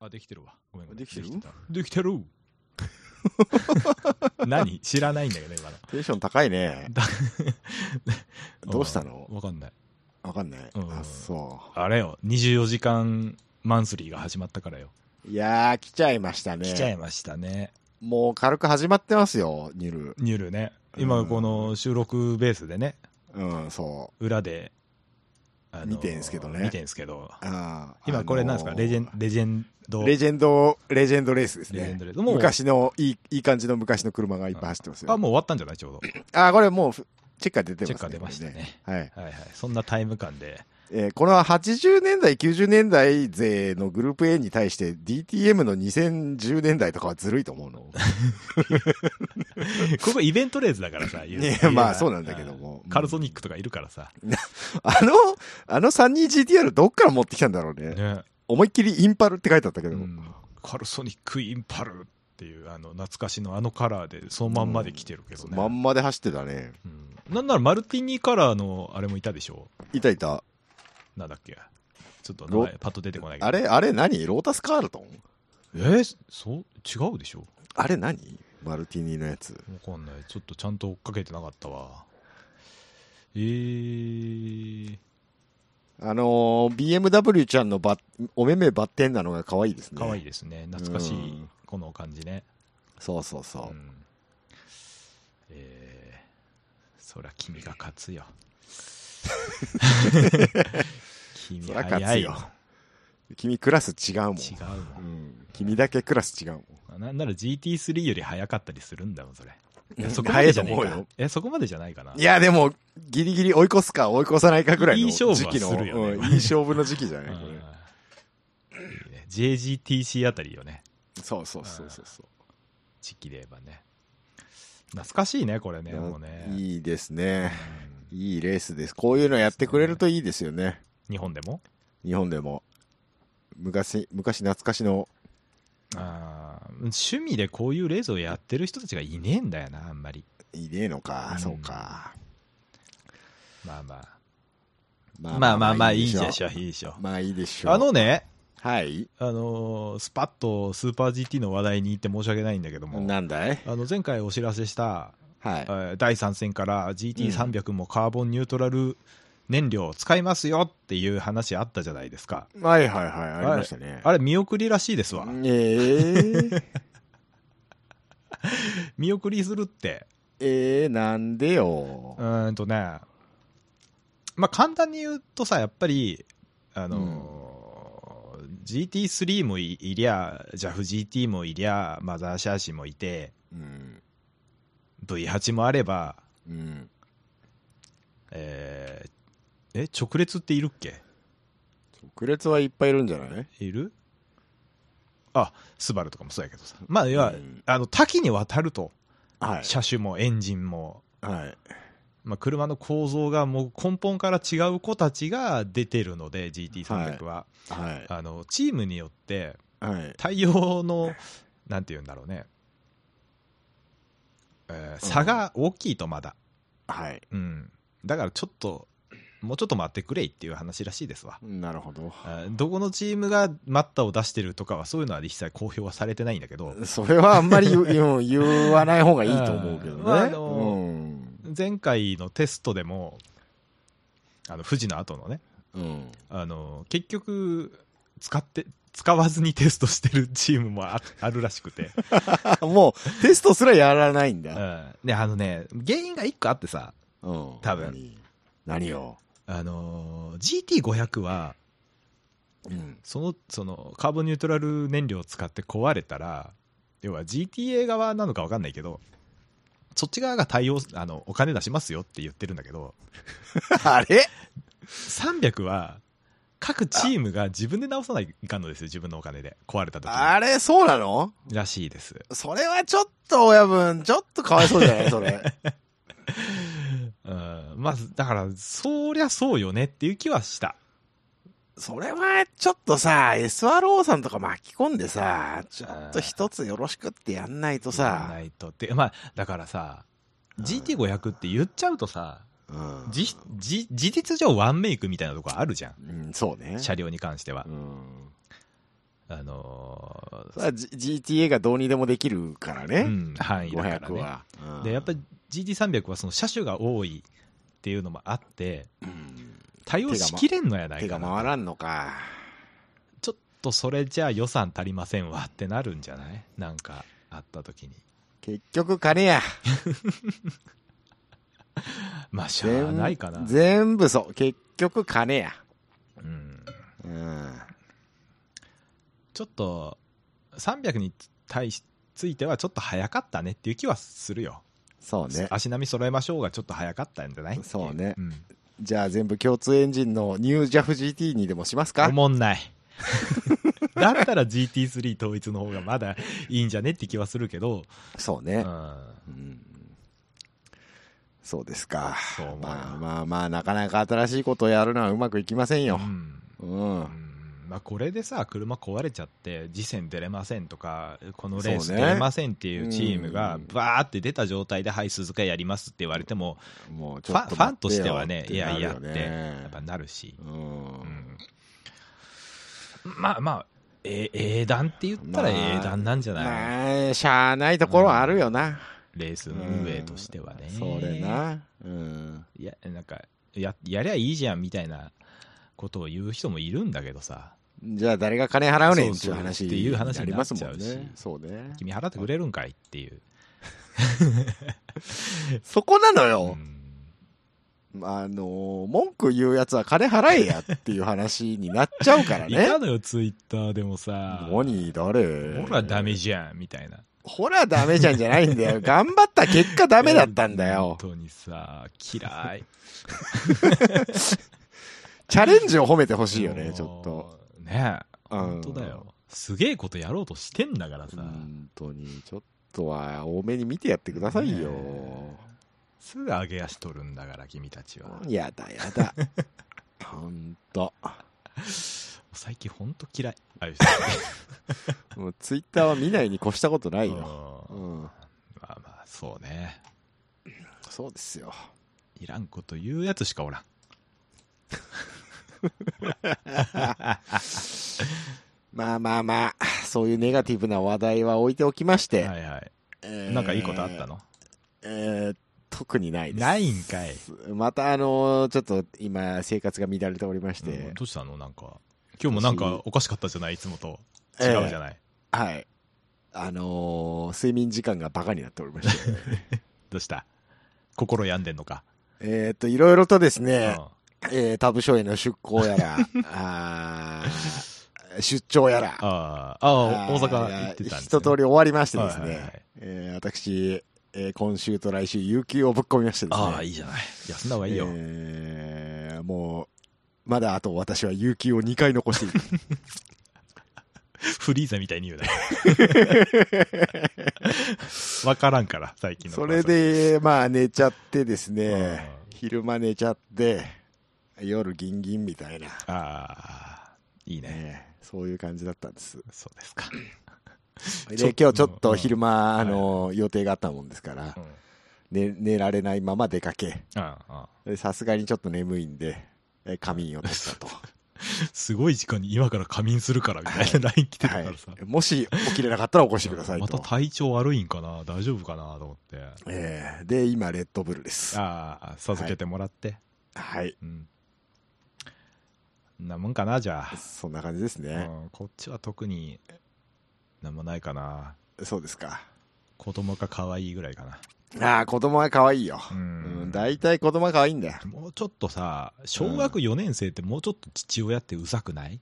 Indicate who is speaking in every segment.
Speaker 1: あ、できてるわ。ごめんごめん
Speaker 2: できてる
Speaker 1: たできて る何知らないんだけど、今の。
Speaker 2: テンション高 いね。
Speaker 1: だ
Speaker 2: どうしたの
Speaker 1: あーわかんない。
Speaker 2: わかんない。
Speaker 1: うん
Speaker 2: あ、そ
Speaker 1: あれよ、24時間マンスリーが始まったからよ。
Speaker 2: う。いやー、来ちゃいましたね。
Speaker 1: 来ちゃいましたね。
Speaker 2: もう軽く始まってますよ、ニル。
Speaker 1: ニュルね。
Speaker 2: う
Speaker 1: 今、
Speaker 2: ん
Speaker 1: この収録ベースでね、
Speaker 2: うん、そ
Speaker 1: 裏で。あの
Speaker 2: 見てんすけどね
Speaker 1: 見てんすけど。
Speaker 2: う。あー
Speaker 1: 今、これなんですか、レジェン、レジェンド。
Speaker 2: レジェンド、レジェンドレースです
Speaker 1: レジェ
Speaker 2: ね
Speaker 1: ンド。レースもう
Speaker 2: 昔の、いい、いい感じの昔の車がいっぱい走ってますよ。
Speaker 1: あ、もう終わったんじゃないちょうど。
Speaker 2: あ、これもう、チェッカー出てます
Speaker 1: チ
Speaker 2: ね。
Speaker 1: ェッカー出ましたね。
Speaker 2: これね。はい。
Speaker 1: はいはい。そんなタイム感 で。
Speaker 2: えーこの80年代、90年代勢のグループ A に対して DTM の2010年代とかはずるいと思う の。
Speaker 1: ここイベントレースだからさ、言う
Speaker 2: ね
Speaker 1: 言えば
Speaker 2: まあそうなんだけども
Speaker 1: うんカルソニックとかいるからさ。
Speaker 2: あの、あの 32GTR どっから持ってきたんだろうね。
Speaker 1: ね。
Speaker 2: 思いっきりインパルって書いてあったけ
Speaker 1: う
Speaker 2: ど。
Speaker 1: んカルソニックインパルっていう、あの、懐かしのあのカラーで、そのまんまで来てるけどね。
Speaker 2: まんまで走ってたね。
Speaker 1: うんなんならマルティニカラーのあれもいたでしょ
Speaker 2: いたいた。
Speaker 1: なんだっけちょっと名前パッと出てこないけど。
Speaker 2: あれ、あれ何ロータスカールトン
Speaker 1: えーそう、違うでしょ
Speaker 2: あれ何マルティニのやつ。
Speaker 1: わかんない。ちょっとちゃんと追っかけてなかったわ。えー、
Speaker 2: あのー BMW ちゃんのばお目目ばってんなのが可愛いですね。
Speaker 1: かわいいですね。懐かし
Speaker 2: う
Speaker 1: い
Speaker 2: ん、
Speaker 1: この感じね。
Speaker 2: そうそうそうう。
Speaker 1: んえー、そりゃ君が勝 つよ。君
Speaker 2: そりゃ勝
Speaker 1: 早
Speaker 2: つ
Speaker 1: い
Speaker 2: よ
Speaker 1: よ。
Speaker 2: 君クラス違うもん。
Speaker 1: 違うも
Speaker 2: うん君だけクラス違うもん。
Speaker 1: ん。なんなら GT3 より早かったりするんだもん、それ。いや
Speaker 2: うん
Speaker 1: そこまでじゃねえ
Speaker 2: 早いと思う
Speaker 1: か
Speaker 2: よ。
Speaker 1: え、そこまでじゃないかな。
Speaker 2: いや、でも、ギリギリ追い越すか追い越さないかぐらい
Speaker 1: い
Speaker 2: の
Speaker 1: い勝負
Speaker 2: 時
Speaker 1: は
Speaker 2: 期の、
Speaker 1: するよね
Speaker 2: うんいい勝負の時期じゃ
Speaker 1: うん
Speaker 2: ないこれ。
Speaker 1: いいね JGTC あたりよね。
Speaker 2: そうそうそうそうそ
Speaker 1: 時期で言えばね。懐かしいね、これね、
Speaker 2: う。
Speaker 1: もうね。
Speaker 2: いいですね。
Speaker 1: うん
Speaker 2: いいレースです。こういうのやってくれるといいですよね。
Speaker 1: 日本でも
Speaker 2: 日本でも。昔、昔懐かしの、
Speaker 1: あー趣味でこういうレースをやってる人たちがいねえんだよな、あんまり。
Speaker 2: いねえのか、
Speaker 1: うん
Speaker 2: そうか。
Speaker 1: まあまあ。
Speaker 2: ま
Speaker 1: まあまあまあ、いいでし
Speaker 2: ょ。
Speaker 1: ょ、いいでしょ。
Speaker 2: まあいいでしょ。
Speaker 1: あの、ね、
Speaker 2: はい。
Speaker 1: あのースパッとスーパー GT の話題に行って申し訳ないんだけども、
Speaker 2: なんだい
Speaker 1: あの前回お知らせした、
Speaker 2: はい
Speaker 1: え。ー第3戦から GT300 もカーボンニュートラル燃料を使いますよっていう話あったじゃないですか。
Speaker 2: はいはいはい、ありましたね。
Speaker 1: あれ、見送りらしいですわ。
Speaker 2: ええ
Speaker 1: 見送りするって。
Speaker 2: ええなんでよ
Speaker 1: う。ーんとね、まあ簡単に言うとさ、やっぱり、あのー GT3 もいいりゃ、JAFGT もいりゃ、マザーシャーシもいて、
Speaker 2: うん。
Speaker 1: V8 もあれば、
Speaker 2: うん。
Speaker 1: えーえ、直列っているっけ
Speaker 2: 直列はいっぱいいるんじゃない
Speaker 1: いるあ、スバルとかもそうやけどさ。まあ、要は、
Speaker 2: うん
Speaker 1: あの、多岐にわたると。
Speaker 2: はい。
Speaker 1: 車種もエンジンも、
Speaker 2: はい。
Speaker 1: まあ、車の構造がもう根本から違う子たちが出てるので、GT300 は。
Speaker 2: はい。
Speaker 1: あの、チームによって、
Speaker 2: はい。
Speaker 1: 対応の、なんて言うんだろうね。えー
Speaker 2: うん
Speaker 1: 差が大きいとまだ。
Speaker 2: はい。
Speaker 1: うん。だからちょっと、もうちょっと待ってくれいっていう話らしいですわ。
Speaker 2: なるほど。
Speaker 1: あーどこのチームが待ったを出してるとかはそういうのは一切公表はされてないんだけど
Speaker 2: それはあんま り言ううん言わない方がいいと思うけどね。
Speaker 1: まああの
Speaker 2: うん。
Speaker 1: 前回のテストでもあの富士の後のね
Speaker 2: うん。
Speaker 1: あの結局使って使わずにテストしてるチームもあ あるらしくて、
Speaker 2: あもう、テストすらやらないん
Speaker 1: う
Speaker 2: だ。
Speaker 1: ん、であのね原因が1個あってさ
Speaker 2: うん。
Speaker 1: 多分
Speaker 2: 何。何を。
Speaker 1: あのー GT500 は
Speaker 2: うん。
Speaker 1: そのそのカーボンニュートラル燃料を使って壊れたら要は GTA 側なのか分かんないけどそっち側が対応あのお金出しますよって言ってるんだけど
Speaker 2: あれ
Speaker 1: 300は各チームが自分で直さないかんのですよ自分のお金で壊れた時に
Speaker 2: あれそうなの
Speaker 1: らしいです
Speaker 2: それはちょっと親分、ちょっとかわいそうじゃないそ れ。
Speaker 1: うんまあだからそりゃそうよねっていう気はした
Speaker 2: それはちょっとさ、SRO さんとか巻き込んでさ、ちょっと一つよろしくってやんないと
Speaker 1: やんな
Speaker 2: さ。
Speaker 1: いとってまあだからさ GT500 って言っちゃうとさ
Speaker 2: うん
Speaker 1: じじ事実上ワンメイクみたいなとこあるじゃん
Speaker 2: うん、そうね。
Speaker 1: 車両に関しては
Speaker 2: う、ん。
Speaker 1: あの
Speaker 2: さあ、G- GTA がどうにでもできるから
Speaker 1: う
Speaker 2: ね、
Speaker 1: ん、範囲だから
Speaker 2: 500
Speaker 1: ね。
Speaker 2: は。うん
Speaker 1: で、やっぱり GT300 はその車種が多いっていうのもあって、
Speaker 2: うん
Speaker 1: 対応しきれんのやない
Speaker 2: 手
Speaker 1: か
Speaker 2: が
Speaker 1: な。
Speaker 2: 回らんのか。
Speaker 1: ちょっとそれじゃあ予算足りませんわってなるんじゃないなんかあった時に。
Speaker 2: 結局金や。
Speaker 1: まあ、しゃあ
Speaker 2: 全
Speaker 1: ないかな。
Speaker 2: 全部そう。結局金や。
Speaker 1: うん。
Speaker 2: うん。
Speaker 1: ちょっと、300に対しついてはちょっと早かったねっていう気はするよ。
Speaker 2: そうね。
Speaker 1: 足並み揃えましょうがちょっと早かったんじゃない
Speaker 2: そうね
Speaker 1: ん
Speaker 2: じゃあ全部共通エンジンのニュージャフ GT にでもしますか
Speaker 1: おもんない。 だったら GT3 統一の方がまだいいんじゃねって気はするけど、
Speaker 2: そう
Speaker 1: う
Speaker 2: ね。
Speaker 1: ん、
Speaker 2: うんそうですか
Speaker 1: そう思う。よ
Speaker 2: まあまあまあ、なかなか新しいことをやるのはうまくいきませんよ
Speaker 1: う。ん
Speaker 2: うん。
Speaker 1: うんまあ、これでさ、車壊れちゃって、次戦出れませんとか、このレース
Speaker 2: そう
Speaker 1: 出
Speaker 2: ね
Speaker 1: れませんっていうチームが
Speaker 2: うん、
Speaker 1: バーって出た状態で、はい、鈴鹿やりますって言われても、
Speaker 2: もうち
Speaker 1: フ
Speaker 2: ょ
Speaker 1: ァ
Speaker 2: っ
Speaker 1: ン
Speaker 2: と
Speaker 1: ファン
Speaker 2: 待ってよ
Speaker 1: としてはね、
Speaker 2: っ
Speaker 1: いや
Speaker 2: ないる
Speaker 1: や
Speaker 2: よ
Speaker 1: っ
Speaker 2: ね
Speaker 1: て、やっぱなるし、
Speaker 2: う。
Speaker 1: うんんまあまあ、え英断って言ったら
Speaker 2: まあ
Speaker 1: 英断なんじゃない、
Speaker 2: まあ、しゃあないところはあるよな。
Speaker 1: レース運営としてはね。
Speaker 2: それな。うん。
Speaker 1: いやなんかややりゃいいじゃんみたいなことを言う人もいるんだけどさ
Speaker 2: じゃあ誰が金払うねんって
Speaker 1: そそ
Speaker 2: いう
Speaker 1: う
Speaker 2: う話
Speaker 1: っていう話
Speaker 2: あ
Speaker 1: に
Speaker 2: り
Speaker 1: な
Speaker 2: ま
Speaker 1: っ
Speaker 2: す
Speaker 1: ちゃ
Speaker 2: も
Speaker 1: うんし
Speaker 2: ね。そうね。
Speaker 1: 君払ってくれるんかいっていう、
Speaker 2: そこなの
Speaker 1: う
Speaker 2: よ。
Speaker 1: ん
Speaker 2: あのー、文句言うやつは金払えやっていう話になっちゃうから
Speaker 1: い
Speaker 2: ね
Speaker 1: た。のよツイッターでもさほ
Speaker 2: 何誰
Speaker 1: らダメじゃんみたいな
Speaker 2: ほらダメじゃんじゃないんだ よ。頑張った結果ダメだったんだよ。
Speaker 1: 本当にさ嫌い
Speaker 2: チャレンジを褒めてほしいよね、ちょっと。
Speaker 1: とねえ
Speaker 2: うん
Speaker 1: 本当だよすげえことやろうとしてんだからさ、
Speaker 2: 本当に、ちょっとは多めに見てやってくださいよ。
Speaker 1: ねすぐ上げ足取るんだから君たちは
Speaker 2: やだや だ。ほんと。
Speaker 1: 最近ほんと嫌い ああいう
Speaker 2: もうツイッターは見ないに越したことない
Speaker 1: 人
Speaker 2: よ。
Speaker 1: う
Speaker 2: うんん。
Speaker 1: まあまあそうね
Speaker 2: そうですよ。
Speaker 1: いらんこと言うやつしかおらん。
Speaker 2: まあまあまあ、そういうネガティブな話題は置いておきまして。
Speaker 1: はいはい。
Speaker 2: えー
Speaker 1: なんかいいことあったの
Speaker 2: えー特にないです。
Speaker 1: ないんかい。
Speaker 2: またあのーちょっと今生活が乱れておりまして、
Speaker 1: うんどうしたのなんか。今日もなんかおかしかったじゃないいつもと。違うじゃない。
Speaker 2: はい。あのー睡眠時間がバカになっておりまして。
Speaker 1: どうした心病んでんのか。
Speaker 2: えっと、いろいろとです
Speaker 1: うん
Speaker 2: ね、えー、タブ署への出向 やら、あー出張やら、
Speaker 1: ああ、ああ、大阪行ってたんです、ね。
Speaker 2: 一通り終わりましてです
Speaker 1: はいはいは
Speaker 2: ね
Speaker 1: い、
Speaker 2: えー私、えー今週と来週、有給をぶっ込みましてですね。
Speaker 1: ああ、いいじゃない。休んだ方がいいよ。
Speaker 2: えーもう、まだあと私は有給を2回残し ている。
Speaker 1: フリーザみたいに言う なよ。わからんから、最近の。
Speaker 2: それ。で、まあ寝ちゃってですね
Speaker 1: う、ん
Speaker 2: 昼間寝ちゃって、夜ギンギンみたいな、
Speaker 1: ああ、いいね。
Speaker 2: ね、そういう感じだったんです。
Speaker 1: そうですか。
Speaker 2: で、
Speaker 1: ちょっと
Speaker 2: 今日ちょっと昼間、あの、予定があったもんですから
Speaker 1: う、ん。
Speaker 2: 寝寝られないまま出かけ、
Speaker 1: ああ、あ
Speaker 2: でさすがにちょっと眠いんで、え仮眠を出した と。
Speaker 1: あすごい時間に今から仮眠するからみたいな LINE 来てるか
Speaker 2: は
Speaker 1: らさ。
Speaker 2: い。もし起きれなかったら起こしてください
Speaker 1: また
Speaker 2: と。
Speaker 1: 体調悪いんかな大丈夫かなと思って
Speaker 2: えーで、今、レッドブルです。
Speaker 1: ああ授けてもらって、
Speaker 2: はい。
Speaker 1: うんんなもんかなじゃ
Speaker 2: そんな感じです
Speaker 1: あ、
Speaker 2: ね。
Speaker 1: うん、こっちは特になんもないかな
Speaker 2: そうですか。
Speaker 1: 子供が可愛いぐらいかな
Speaker 2: ああ、子供は可愛いよ。
Speaker 1: う
Speaker 2: うん
Speaker 1: ん、
Speaker 2: 大体子供は可愛いんだよ。
Speaker 1: もうちょっとさ小学4年生ってもうちょっと父親ってうざくない、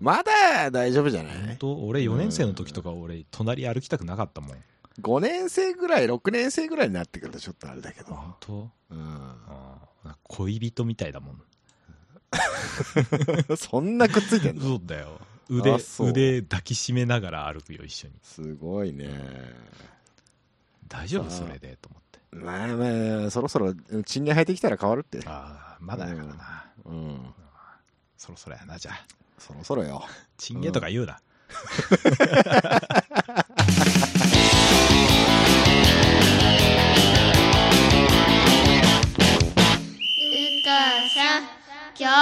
Speaker 2: まだ大丈夫じゃな
Speaker 1: 本
Speaker 2: い
Speaker 1: 当俺4年生の時とか俺隣歩きたくなかったもん
Speaker 2: ?5 年生ぐらい、6年生ぐらいになってくるとちょっとあれだけど。
Speaker 1: 本当
Speaker 2: う
Speaker 1: ああ恋人みたいだもん
Speaker 2: ん。 そんなくっついてんの
Speaker 1: そうだよ腕
Speaker 2: あそう
Speaker 1: 腕抱きしめながら歩くよ一緒に
Speaker 2: すごいね。
Speaker 1: 大丈夫
Speaker 2: さ
Speaker 1: そ
Speaker 2: あ
Speaker 1: れでと思って
Speaker 2: まあまあ、そろそろ、賃金入ってきたら変わるって。
Speaker 1: ああまだやからな、
Speaker 2: うん。
Speaker 1: そろそろやなじゃあ
Speaker 2: そろそろよ。
Speaker 1: チンゲとか言うな、
Speaker 3: うかさ、きょろ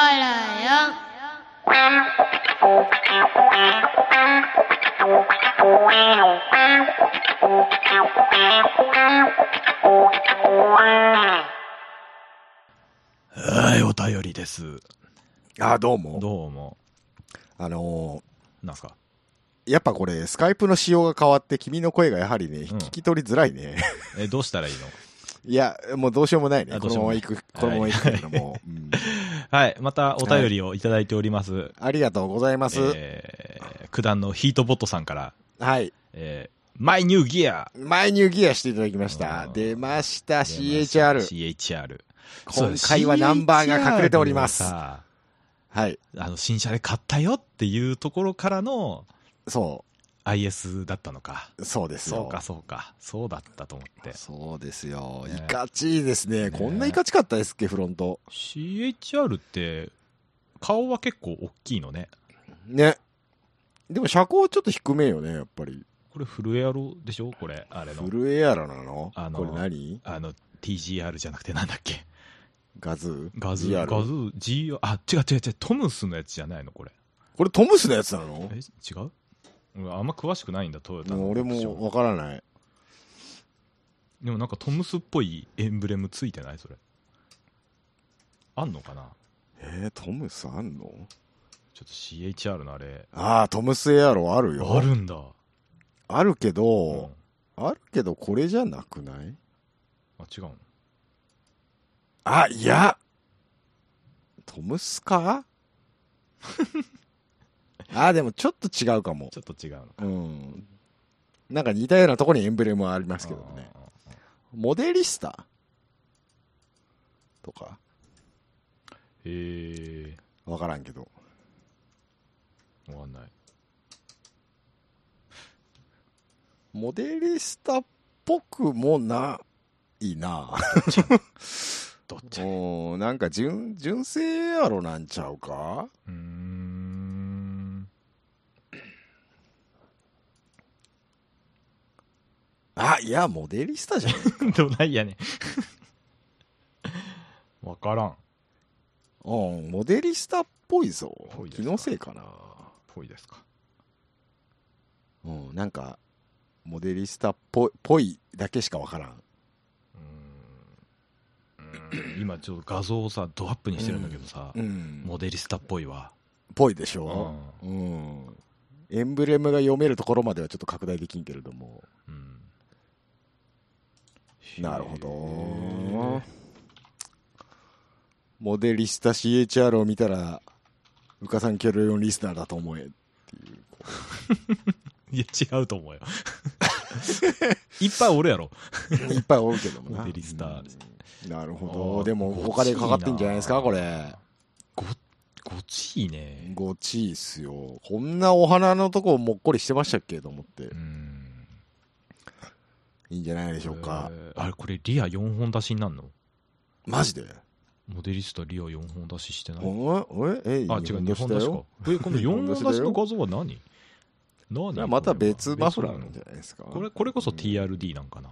Speaker 3: よ。
Speaker 1: はい、お便りです。
Speaker 2: あーどうも。
Speaker 1: どうも。
Speaker 2: あの
Speaker 1: なんすか
Speaker 2: ーやっぱこれ、スカイプの仕様が変わって、君の声がやはりね、聞き取りづらいね。
Speaker 1: え、どうしたらいいの
Speaker 2: いや、もうどうしようもないね。
Speaker 1: あど
Speaker 2: こ
Speaker 1: うしようも
Speaker 2: のまま
Speaker 1: ない
Speaker 2: 行く、このまま行くけ ども。うん
Speaker 1: はい、またお便りをいただいております。
Speaker 2: ありがとうございます。
Speaker 1: えー、九段のヒートボットさんから、
Speaker 2: はい。
Speaker 1: えー、マイニューギア
Speaker 2: 前入ギアしていただきました
Speaker 1: う。ん
Speaker 2: 出ました、
Speaker 1: 出ま
Speaker 2: CHR。
Speaker 1: した CHR。
Speaker 2: 今回はナンバーが隠れております。
Speaker 1: そう CHR
Speaker 2: は
Speaker 1: をさ
Speaker 2: い。
Speaker 1: あの、新車で買ったよっていうところからの
Speaker 2: そ
Speaker 1: IS だったのか。
Speaker 2: う。そうですよ
Speaker 1: そうか、そうか。そうだったと思って。
Speaker 2: そうですよ。
Speaker 1: ね
Speaker 2: いかちいです
Speaker 1: ね
Speaker 2: ね。こんないかちかったですっけ、フロント。
Speaker 1: CHR って、顔は結構大きいのね。
Speaker 2: ね。でも車高ちょっと低めよね、やっぱり。
Speaker 1: これフルエアロでしょこれ、あれの
Speaker 2: フ。ルエアラなの
Speaker 1: あの
Speaker 2: これ何
Speaker 1: あの、TGR じゃなくてなんだっけ
Speaker 2: ガズー
Speaker 1: ガズ、
Speaker 2: GR
Speaker 1: ガズ、GR、あ、違う違う違う、トムスのやつじゃないのこれ。
Speaker 2: これトムスのやつなの
Speaker 1: え、違う俺あんま詳しくないんだ、トヨタ
Speaker 2: も
Speaker 1: の
Speaker 2: う俺
Speaker 1: オプショ
Speaker 2: も
Speaker 1: ン。
Speaker 2: わからない。
Speaker 1: でもなんかトムスっぽいエンブレムついてないそれ。あんのかな
Speaker 2: えー、トムスあんの
Speaker 1: ちょっと CHR のあれ。
Speaker 2: ああ、トムスエアロあるよ。
Speaker 1: あるんだ。
Speaker 2: あるけ
Speaker 1: うん
Speaker 2: ど、あるけどこれじゃなくない
Speaker 1: あ、違うの
Speaker 2: あ、いやトム スかあ、でもちょっと違うかも。
Speaker 1: ちょっと違うの。
Speaker 2: うん。なんか似たようなとこにエンブレムはありますけどね。
Speaker 1: あー。
Speaker 2: モデリスタとか、
Speaker 1: え
Speaker 2: わからんけど。
Speaker 1: ー、わかんない。
Speaker 2: モデリスタっぽくもないな。
Speaker 1: どっちう
Speaker 2: うん、なんか純、純正エアロなんちゃうか
Speaker 1: ーん。
Speaker 2: あ、いや、モデリスタじゃん。
Speaker 1: どないやねん。 わからん。
Speaker 2: うん、モデリスタっぽいぞ
Speaker 1: ぽい。です
Speaker 2: 気
Speaker 1: か
Speaker 2: のせいかな。
Speaker 1: ぽいですか。
Speaker 2: うん、なんか、モデリスタっぽいぽいだけしかわからん。
Speaker 1: うーんうーん今ちょっと画像をさドアップにしてるんだけどさ、
Speaker 2: うん、
Speaker 1: モデリスタっぽいわ、
Speaker 2: ぽいでし
Speaker 1: うん
Speaker 2: ょ。うん。エンブレムが読めるところまではちょっと拡大できんけれども。
Speaker 1: うん
Speaker 2: なるほ
Speaker 1: へ
Speaker 2: ど。モデリスタ CHR を見たら、うかさんキョロ4リスナーだと思えっていう。
Speaker 1: ーいや違うと思うよ いっぱいおるやろ
Speaker 2: いっぱいおるけどもな。
Speaker 1: モデリスタ
Speaker 2: うんなるほ
Speaker 1: あ
Speaker 2: ど。
Speaker 1: ー
Speaker 2: でも、他でかかってんじゃないですか、これ。
Speaker 1: ごごちいね
Speaker 2: ごちいっすよ。こんなお花のとこもっこりしてましたっけと思って
Speaker 1: う。ん
Speaker 2: いいんじゃないでしょうか
Speaker 1: え。ーあれこれリア4本出しになんの
Speaker 2: マジで
Speaker 1: モデリスタリア4本出ししてない
Speaker 2: おえええ
Speaker 1: あ違う2本出しかえこの4本出しの画像は何何
Speaker 2: じゃあまた別マフラー
Speaker 1: の
Speaker 2: なんじゃないですか。
Speaker 1: これこれこそ
Speaker 2: うん
Speaker 1: TRD なんかな、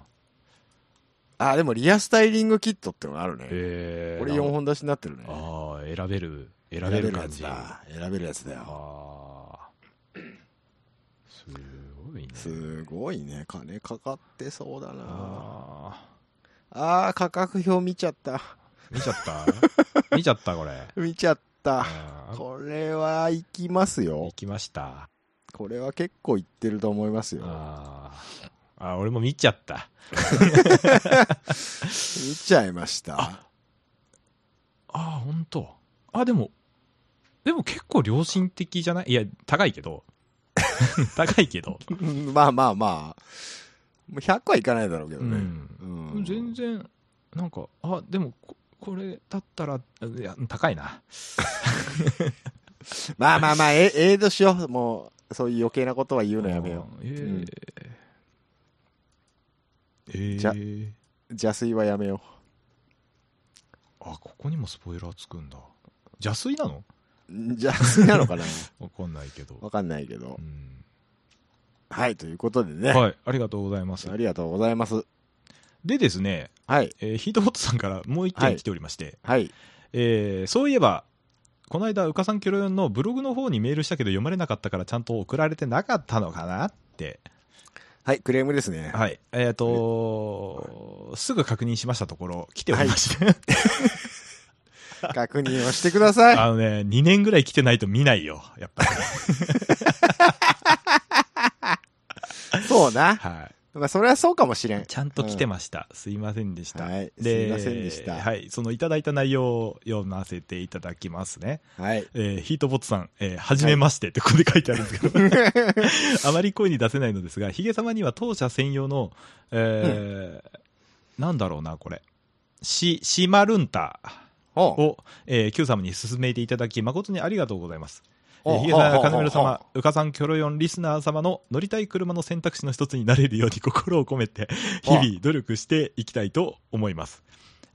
Speaker 2: あ、でもリアスタイリングキットってのがあるね。
Speaker 1: えー、
Speaker 2: これ4本出しになってるね。
Speaker 1: ああ選べる選べる感じ
Speaker 2: やつだ。選べるやつだよ。
Speaker 1: あーすごいね
Speaker 2: すごいね。金かかってそうだな。
Speaker 1: あ
Speaker 2: あー、価格表見ちゃった。
Speaker 1: ー見ちゃ った見ちゃったこれ
Speaker 2: 見ちゃった。
Speaker 1: あー
Speaker 2: これは行きますよ
Speaker 1: 行。きました
Speaker 2: これは結構行ってると思いますよ。
Speaker 1: あーあー俺も見ちゃった
Speaker 2: 見ちゃいました。
Speaker 1: ああ本当あでもでも結構良心的じゃないいや高いけ ど高いけど、
Speaker 2: うんまあまあまあ。もう100はいかないだろうけど
Speaker 1: う
Speaker 2: ね。
Speaker 1: ん、
Speaker 2: うん
Speaker 1: 全。然なんかあでもここれだったらあいや高いな
Speaker 2: まあまあまあ、え、ええとしよう。もう、そういう余計なことは言うのやめよ
Speaker 1: うんえー
Speaker 2: うん
Speaker 1: えー
Speaker 2: じゃう。邪推はやめよ
Speaker 1: あここにもスポイラーつくんだ邪水なの
Speaker 2: う。 ん邪推なのかな
Speaker 1: わかんないけど
Speaker 2: わ、かんないけど
Speaker 1: う。ん
Speaker 2: はい、ということでね。
Speaker 1: はいありがとうございます
Speaker 2: ありがとうございます。
Speaker 1: でですね、
Speaker 2: はい。
Speaker 1: えーヒートボットさんからもう一
Speaker 2: は
Speaker 1: 件
Speaker 2: い
Speaker 1: 来ておりまして、
Speaker 2: はい。
Speaker 1: えーそういえばこの間、うかさんきょろよんのブログの方にメールしたけど読まれなかったからちゃんと送られてなかったのかなって。
Speaker 2: はい、クレームですね。
Speaker 1: はい。えっ、と、すぐ確認しましたところ、来ておりまして。
Speaker 2: 確認をしてください。
Speaker 1: あのね、2年ぐらい来てないと見ないよ。やっ ぱり。
Speaker 2: そうな。
Speaker 1: はい。
Speaker 2: まあ、それはそうかもしれん。
Speaker 1: ちゃんと来てました。すいませんでした。
Speaker 2: はい。す
Speaker 1: で
Speaker 2: みませんでした。はい。
Speaker 1: はい。そのいただいた内容を読ませていただきますね。 えーヒートボットさん、えーはじめましてってここで書いてあるんですけど、 あまり声に出せないのですが、ヒゲ様には当社専用の、えーなんだろうな、これ。シ、シマルンタ
Speaker 2: おう
Speaker 1: を、えー、Q 様に勧めていただき、誠にありがとうございます。え
Speaker 2: お
Speaker 1: ー
Speaker 2: う
Speaker 1: ヒゲさん
Speaker 2: お
Speaker 1: や
Speaker 2: う
Speaker 1: 金村
Speaker 2: おうおう
Speaker 1: 様、うかさんキョロヨンリスナー様の乗りたい車の選択肢の一つになれるように心を込めて、日
Speaker 2: おう
Speaker 1: 々努力していきたいと思います。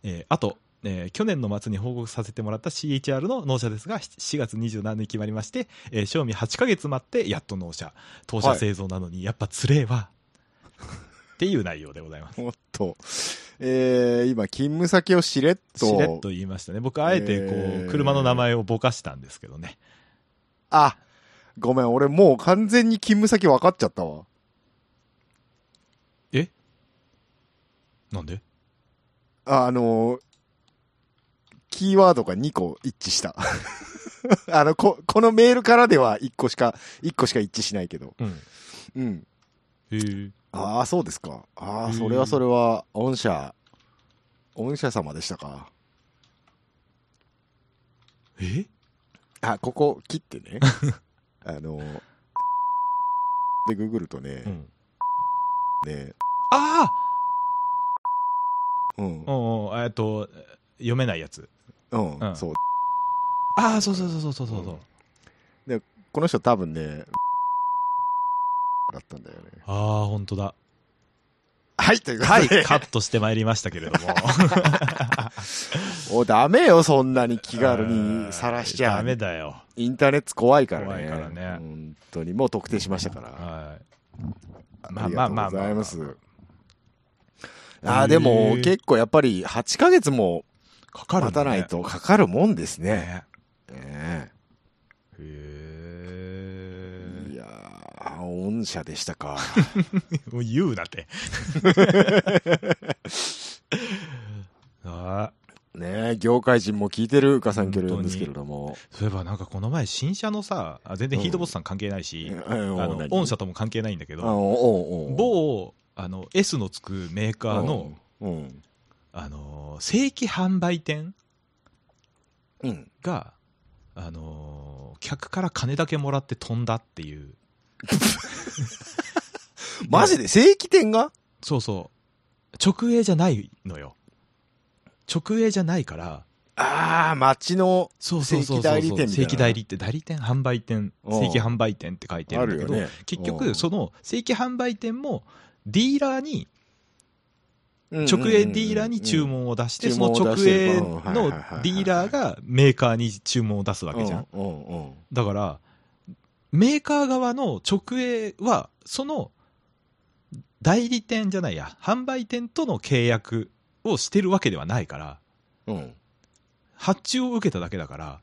Speaker 1: えーあと、えー去年の末に報告させてもらった CHR の納車ですが、7月27日に決まりまして、えー賞味8ヶ月待ってやっと納車。当社製造なのにやっぱつれえわ。っていう内容でございます。
Speaker 2: おっと。えー、今、勤務先をしれっと。
Speaker 1: しれっと言いましたね。僕、あえてこ
Speaker 2: え
Speaker 1: う、
Speaker 2: ー
Speaker 1: 車の名前をぼかしたんですけどね。
Speaker 2: あ、ごめん、俺もう完全に勤務先分かっちゃったわ。
Speaker 1: なんで
Speaker 2: あ、あのーキーワードが2個一致した。 あの、こ、このメールからでは1個しか、一個しか一致しないけど。
Speaker 1: うん。
Speaker 2: うん。
Speaker 1: へー
Speaker 2: ああ、そうですか。あ
Speaker 1: うん
Speaker 2: あ、それはそれは、御社、御社様でしたか。
Speaker 1: え
Speaker 2: あ、ここ切って ね。あのーでググるとね
Speaker 1: う、ん。
Speaker 2: ね、
Speaker 1: ああ
Speaker 2: うん、
Speaker 1: うんうん、えっと、読めないやつ。
Speaker 2: う
Speaker 1: うん
Speaker 2: ん、そう。
Speaker 1: ああ、そうそうそうそうそうそう。
Speaker 2: うんこの人多分ね、だったんだよね。
Speaker 1: ああ、本当だ。
Speaker 2: はい、ということ
Speaker 1: はい、
Speaker 2: で、
Speaker 1: カットしてまいりましたけれども。
Speaker 2: お、ダメよ、そんなに 気軽にさらしち
Speaker 1: うん
Speaker 2: ゃ。
Speaker 1: ダメだよ。
Speaker 2: インターネット怖いから
Speaker 1: 怖い
Speaker 2: ね。
Speaker 1: からね
Speaker 2: 本当に、もう特定しましたから。
Speaker 1: はい。
Speaker 2: ありがとうございます。
Speaker 1: あ
Speaker 2: ああ、でも
Speaker 1: へえ
Speaker 2: 結構やっぱり8ヶ月も
Speaker 1: かかる
Speaker 2: 待たない。とかかるもんですね。
Speaker 1: ね
Speaker 2: ね
Speaker 1: へ
Speaker 2: えい
Speaker 1: え。
Speaker 2: やー、御社でしたか。
Speaker 1: もう言うなって。 ああ。
Speaker 2: ねえ業界人も聞いてるかさんきょるんですけれども。
Speaker 1: そういえばなんかこの前、新車のさ、あ全然ヒートボスさん関係ないし、
Speaker 2: あ
Speaker 1: あの、御社とも関係ないんだけど、
Speaker 2: 某
Speaker 1: 某あの S のつくメーカーの、、
Speaker 2: うん。
Speaker 1: あのー正規販売店
Speaker 2: うん。
Speaker 1: が、あのー客から金だけもらって飛んだっていう
Speaker 2: マジで正規店が
Speaker 1: そうそう直営じゃないのよ直営じゃないから
Speaker 2: ああ、町の、
Speaker 1: そうそうそうそう
Speaker 2: 正規代理店みたいな
Speaker 1: 正規代理って代理店販売店
Speaker 2: うん
Speaker 1: 正規販売店って書いてあるんだけど、
Speaker 2: あるよね
Speaker 1: 結
Speaker 2: う
Speaker 1: 局
Speaker 2: ん
Speaker 1: その正規販売店もディーラーに直
Speaker 2: 直
Speaker 1: 営ディーラーに注文を出して、
Speaker 2: うん
Speaker 1: その直営
Speaker 2: 注文を出してう
Speaker 1: の
Speaker 2: んはいはいはいはい
Speaker 1: ディーラーがメーカーに注文を出すわけじゃん。
Speaker 2: うんうんうん
Speaker 1: だから、メーカー側の直営は、その代理店じゃないや、販売店との契約をしてるわけではないから、
Speaker 2: うん
Speaker 1: 発注を受けただけだから、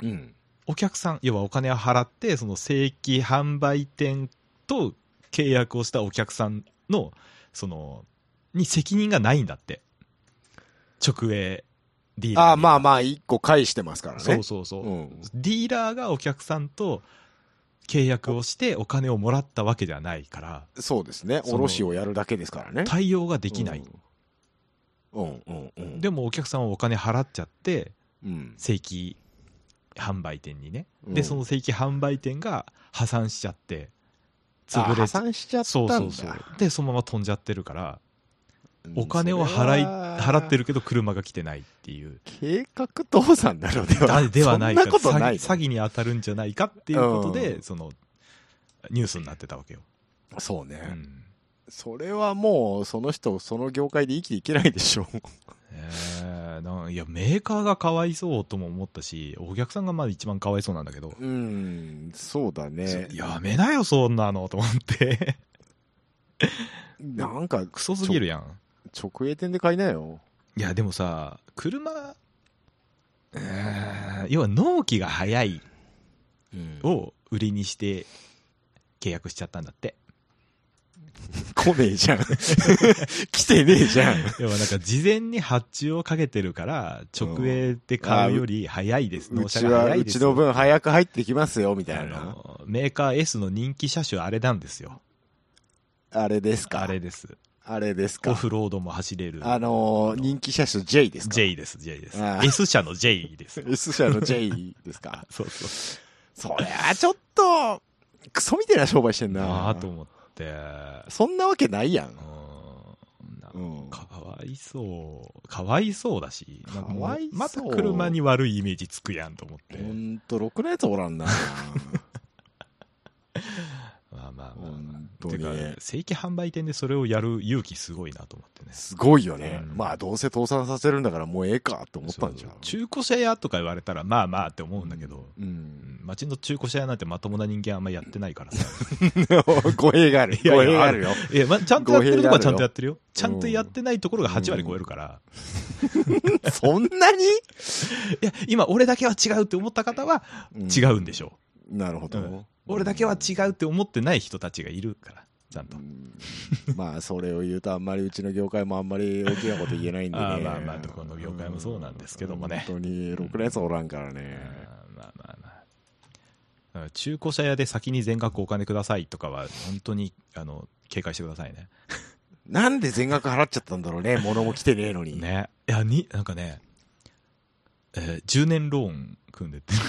Speaker 2: うん
Speaker 1: お客さん、要はお金を払って、その正規販売店と契約をしたお客さんの、その、に責任がないんだって。直営ディーラーに。
Speaker 2: ああまあまあ一個返してますからね
Speaker 1: そうそうそう。
Speaker 2: うん
Speaker 1: ディーラーがお客さんと契約をしてお金をもらったわけじゃないから、
Speaker 2: そうですね
Speaker 1: その
Speaker 2: 卸をやるだけですからね
Speaker 1: 対応ができない。
Speaker 2: うんうんうん
Speaker 1: でもお客さんはお金払っちゃって、
Speaker 2: うん
Speaker 1: 正規販売店にね。
Speaker 2: うん
Speaker 1: で、その正規販売店が破産しちゃって、
Speaker 2: あ
Speaker 1: 潰れ
Speaker 2: 破
Speaker 1: ちゃ
Speaker 2: 産しちゃった
Speaker 1: そ
Speaker 2: ん
Speaker 1: う
Speaker 2: だ
Speaker 1: そうそう。で、そのまま飛んじゃってるから、
Speaker 2: うん
Speaker 1: お金を払い、
Speaker 2: それは
Speaker 1: 払ってるけど車が来てないっていう。
Speaker 2: 計画倒産なのでは
Speaker 1: だではない
Speaker 2: そ
Speaker 1: か
Speaker 2: んなことない
Speaker 1: 詐欺詐欺に当たるんじゃないかっていうことで、
Speaker 2: うん
Speaker 1: その、ニュースになってたわけよ。
Speaker 2: そうね
Speaker 1: うん
Speaker 2: それはもうその人その業界で生きていけないでしょう
Speaker 1: えーなんいやメーカーがかわいそうとも思ったしお客さんがまあ一番かわいそうなんだけど、
Speaker 2: うんそうだね
Speaker 1: そやめなよそんなのと思って
Speaker 2: なんか
Speaker 1: クソすぎるやん
Speaker 2: 直営店で買いなよ
Speaker 1: いやでもさ車うーん要は納期が早い
Speaker 2: うん
Speaker 1: を売りにして契約しちゃったんだって。
Speaker 2: 来ねえじゃん。 来てねえじゃん。
Speaker 1: 要はなんか事前に発注をかけてるから、直営で買うより早いです。
Speaker 2: う
Speaker 1: 納
Speaker 2: ち
Speaker 1: 車が
Speaker 2: は、
Speaker 1: 早
Speaker 2: う
Speaker 1: いです。
Speaker 2: ちの分早く入ってきますよ、みた
Speaker 1: あ
Speaker 2: いな。
Speaker 1: のメーカー S の人気車種あれなんですよ。
Speaker 2: あれですか
Speaker 1: あれです。
Speaker 2: あれです
Speaker 1: オ
Speaker 2: か
Speaker 1: フロードも走れる。
Speaker 2: あのー、人気車種 J ですか
Speaker 1: J です、J です。
Speaker 2: あー
Speaker 1: S 社の J です。
Speaker 2: S 社の J ですか
Speaker 1: そうそう。
Speaker 2: それはちょっと、クソみたいな商売してん
Speaker 1: なあ
Speaker 2: な
Speaker 1: と。思って。
Speaker 2: そんなわけないやん。
Speaker 1: うんなん
Speaker 2: うん。
Speaker 1: かわいそう。かわいそうだし。なんもう
Speaker 2: かわいそう
Speaker 1: また車に悪いイメージつくやんと思って。
Speaker 2: ほんと、ろくなやつ おらんな。
Speaker 1: まあまあまあま
Speaker 2: 本
Speaker 1: あ。
Speaker 2: 当
Speaker 1: て
Speaker 2: に
Speaker 1: か
Speaker 2: ね、
Speaker 1: 正規販売店でそれをやる勇気すごいなと思ってね。
Speaker 2: すごいよね
Speaker 1: う。ん
Speaker 2: まあ、どうせ倒産させるんだからもうええかと思ったんじゃん
Speaker 1: そう。中古車屋とか言われたら、まあまあって思うんだけど、
Speaker 2: う。
Speaker 1: うんん街の中古車屋なんてまともな人間あんまやってないからさ。
Speaker 2: 語弊がある。
Speaker 1: いやいや
Speaker 2: 語弊があるよ。
Speaker 1: いや、まあ、ちゃんとやってるとこはちゃんとやってるよ。ち
Speaker 2: 語
Speaker 1: ゃん
Speaker 2: 弊があるよ
Speaker 1: とやってないところが8割超えるから。
Speaker 2: そんなに
Speaker 1: いや、今俺だけは違うって思った方は 違うんでしょ
Speaker 2: うん。なるほ
Speaker 1: う
Speaker 2: ど
Speaker 1: ん。俺だけは違うって思ってない人たちがいるから、ちゃんと。
Speaker 2: うん まあそれを言うとあんまりうちの業界もあんまり大きなこと言えないんで ね
Speaker 1: あーまあまあどこの業界もそうなんですけどもね
Speaker 2: 本当にろくなやつおらんから
Speaker 1: あ
Speaker 2: ね、
Speaker 1: ーまあまあまあうん。中古車屋で先に全額お金くださいとかは、本当に、あの、警戒してくださいね。
Speaker 2: なんで全額払っちゃったんだろうね物も来てねえのに、
Speaker 1: ね。いや、に、なんかね、えー10年ローン組んでて。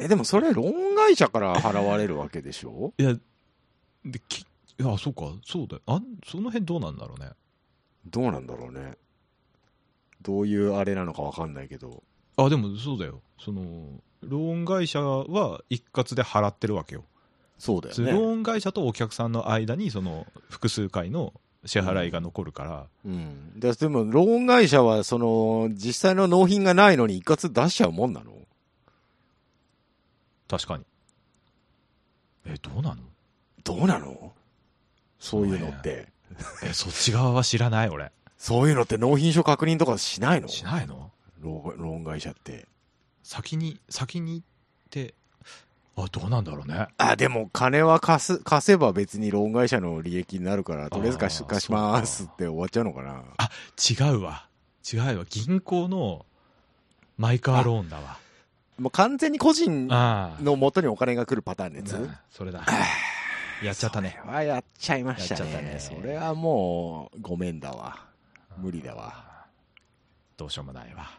Speaker 2: えでもそれローン会社から払われるわけでしょ
Speaker 1: いや、で、き、いや、そうか、そうだよ。あん、その辺どうなんだろうね。
Speaker 2: どうなんだろうねどういうあれなのかわかんないけど
Speaker 1: あ、でもそうだよ。その、ローン会社は一括で払ってるわけよ。
Speaker 2: そうだよ
Speaker 1: それロ
Speaker 2: ね
Speaker 1: ーン会社とお客さんの間に、その、複数回の支払いが残るから、
Speaker 2: うんででもローン会社はその実際の納品がないのに一括出しちゃうもんなの
Speaker 1: 確かに。え、どうなの
Speaker 2: どうなのそういうのって、
Speaker 1: え、そっち側は知らない、俺。
Speaker 2: そういうのって納品書確認とかしないの
Speaker 1: しないの
Speaker 2: ローローン会社って。
Speaker 1: 先に、先に行って、あ、どうなんだろうね。
Speaker 2: あ、でも金は貸す、貸せば別にローン会社の利益になるから、とりあえず貸し
Speaker 1: あー
Speaker 2: 貸しますって終わっちゃうのかな。
Speaker 1: 違うわ違うわ銀行のマイカーローンだわ
Speaker 2: もう完全に個人
Speaker 1: ああ
Speaker 2: の元にお金が来るパターンのやつ。
Speaker 1: うんそれだやっちゃったね
Speaker 2: それはやっちゃいましたね。
Speaker 1: やっちゃったね
Speaker 2: それはもう、ごめんだわ。無理だわ。
Speaker 1: どうしようもないわ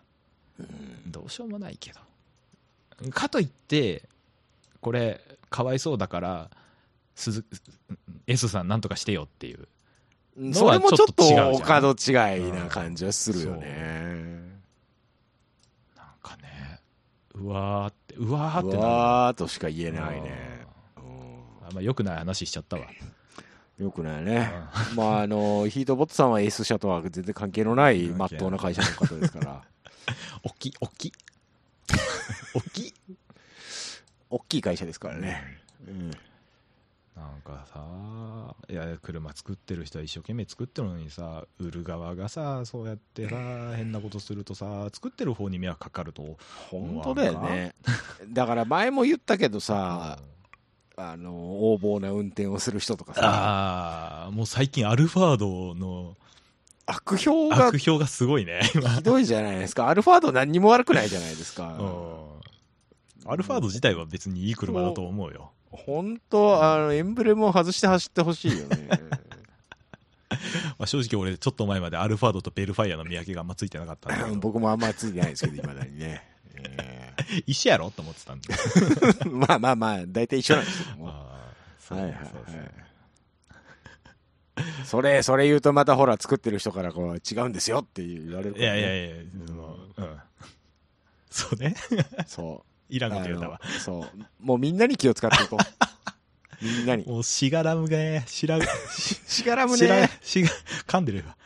Speaker 1: どうしようもないけどかといってこれかわいそうだから鈴 S さんなんとかしてよっていう
Speaker 2: うん
Speaker 1: の
Speaker 2: そ
Speaker 1: は
Speaker 2: れもちょっ
Speaker 1: ちょっと違うじゃん
Speaker 2: と、お門違いな感じはするよね。
Speaker 1: なんかねうわーってうわー
Speaker 2: う
Speaker 1: ってな
Speaker 2: わーとしか言え
Speaker 1: る
Speaker 2: ないね。うん
Speaker 1: あーあんま良くない話しちゃったわ
Speaker 2: よくないね。まああの、ヒートボットさんは S 社とは全然関係のない
Speaker 1: 関係
Speaker 2: ま
Speaker 1: ない
Speaker 2: っとうな会社の方ですから、
Speaker 1: おっきおっきおっき
Speaker 2: 大きい会社ですからね。うん
Speaker 1: なんかさいや車作ってる人は一生懸命作ってるのにさ売る側がさそうやって さ変なことするとさ作ってる方に迷惑かかると
Speaker 2: 本当だよね。だから前も言ったけどさ、あの、横暴な運転をする人とかさ、
Speaker 1: ああもう最近アルファードの
Speaker 2: 悪評が
Speaker 1: 悪評がすごいね今
Speaker 2: ひどいじゃないですか。アルファード何にも悪くないじゃないです
Speaker 1: う
Speaker 2: か。
Speaker 1: んアルファード自体は別にいい車だと思うよ
Speaker 2: 本当あの、エンブレムを外して走ってほしいよね。
Speaker 1: まあ正直俺ちょっと前までアルファードとベルファイアの見分けがあんまついてなかったんだけど
Speaker 2: 僕もあんまついてないですけど、いまだ にね。え
Speaker 1: 一緒やろと思ってたんで
Speaker 2: ー まあまあまあ、大体一緒なんですけども。
Speaker 1: あーそう
Speaker 2: はいはい
Speaker 1: そうそう
Speaker 2: はい。それ、それ言うとまたほら、作ってる人からこう、違うんですよって言われるか
Speaker 1: いや
Speaker 2: らね
Speaker 1: いやいや、そのうん。そうね。
Speaker 2: そ
Speaker 1: いら
Speaker 2: う。
Speaker 1: んこと言うたわ
Speaker 2: あ。のそう。もうみんなに気を使っていこ う。みんなに。
Speaker 1: もうしがらむね、し ら、し
Speaker 2: しがらむ
Speaker 1: しら
Speaker 2: ね。、
Speaker 1: しが、噛んでるわ。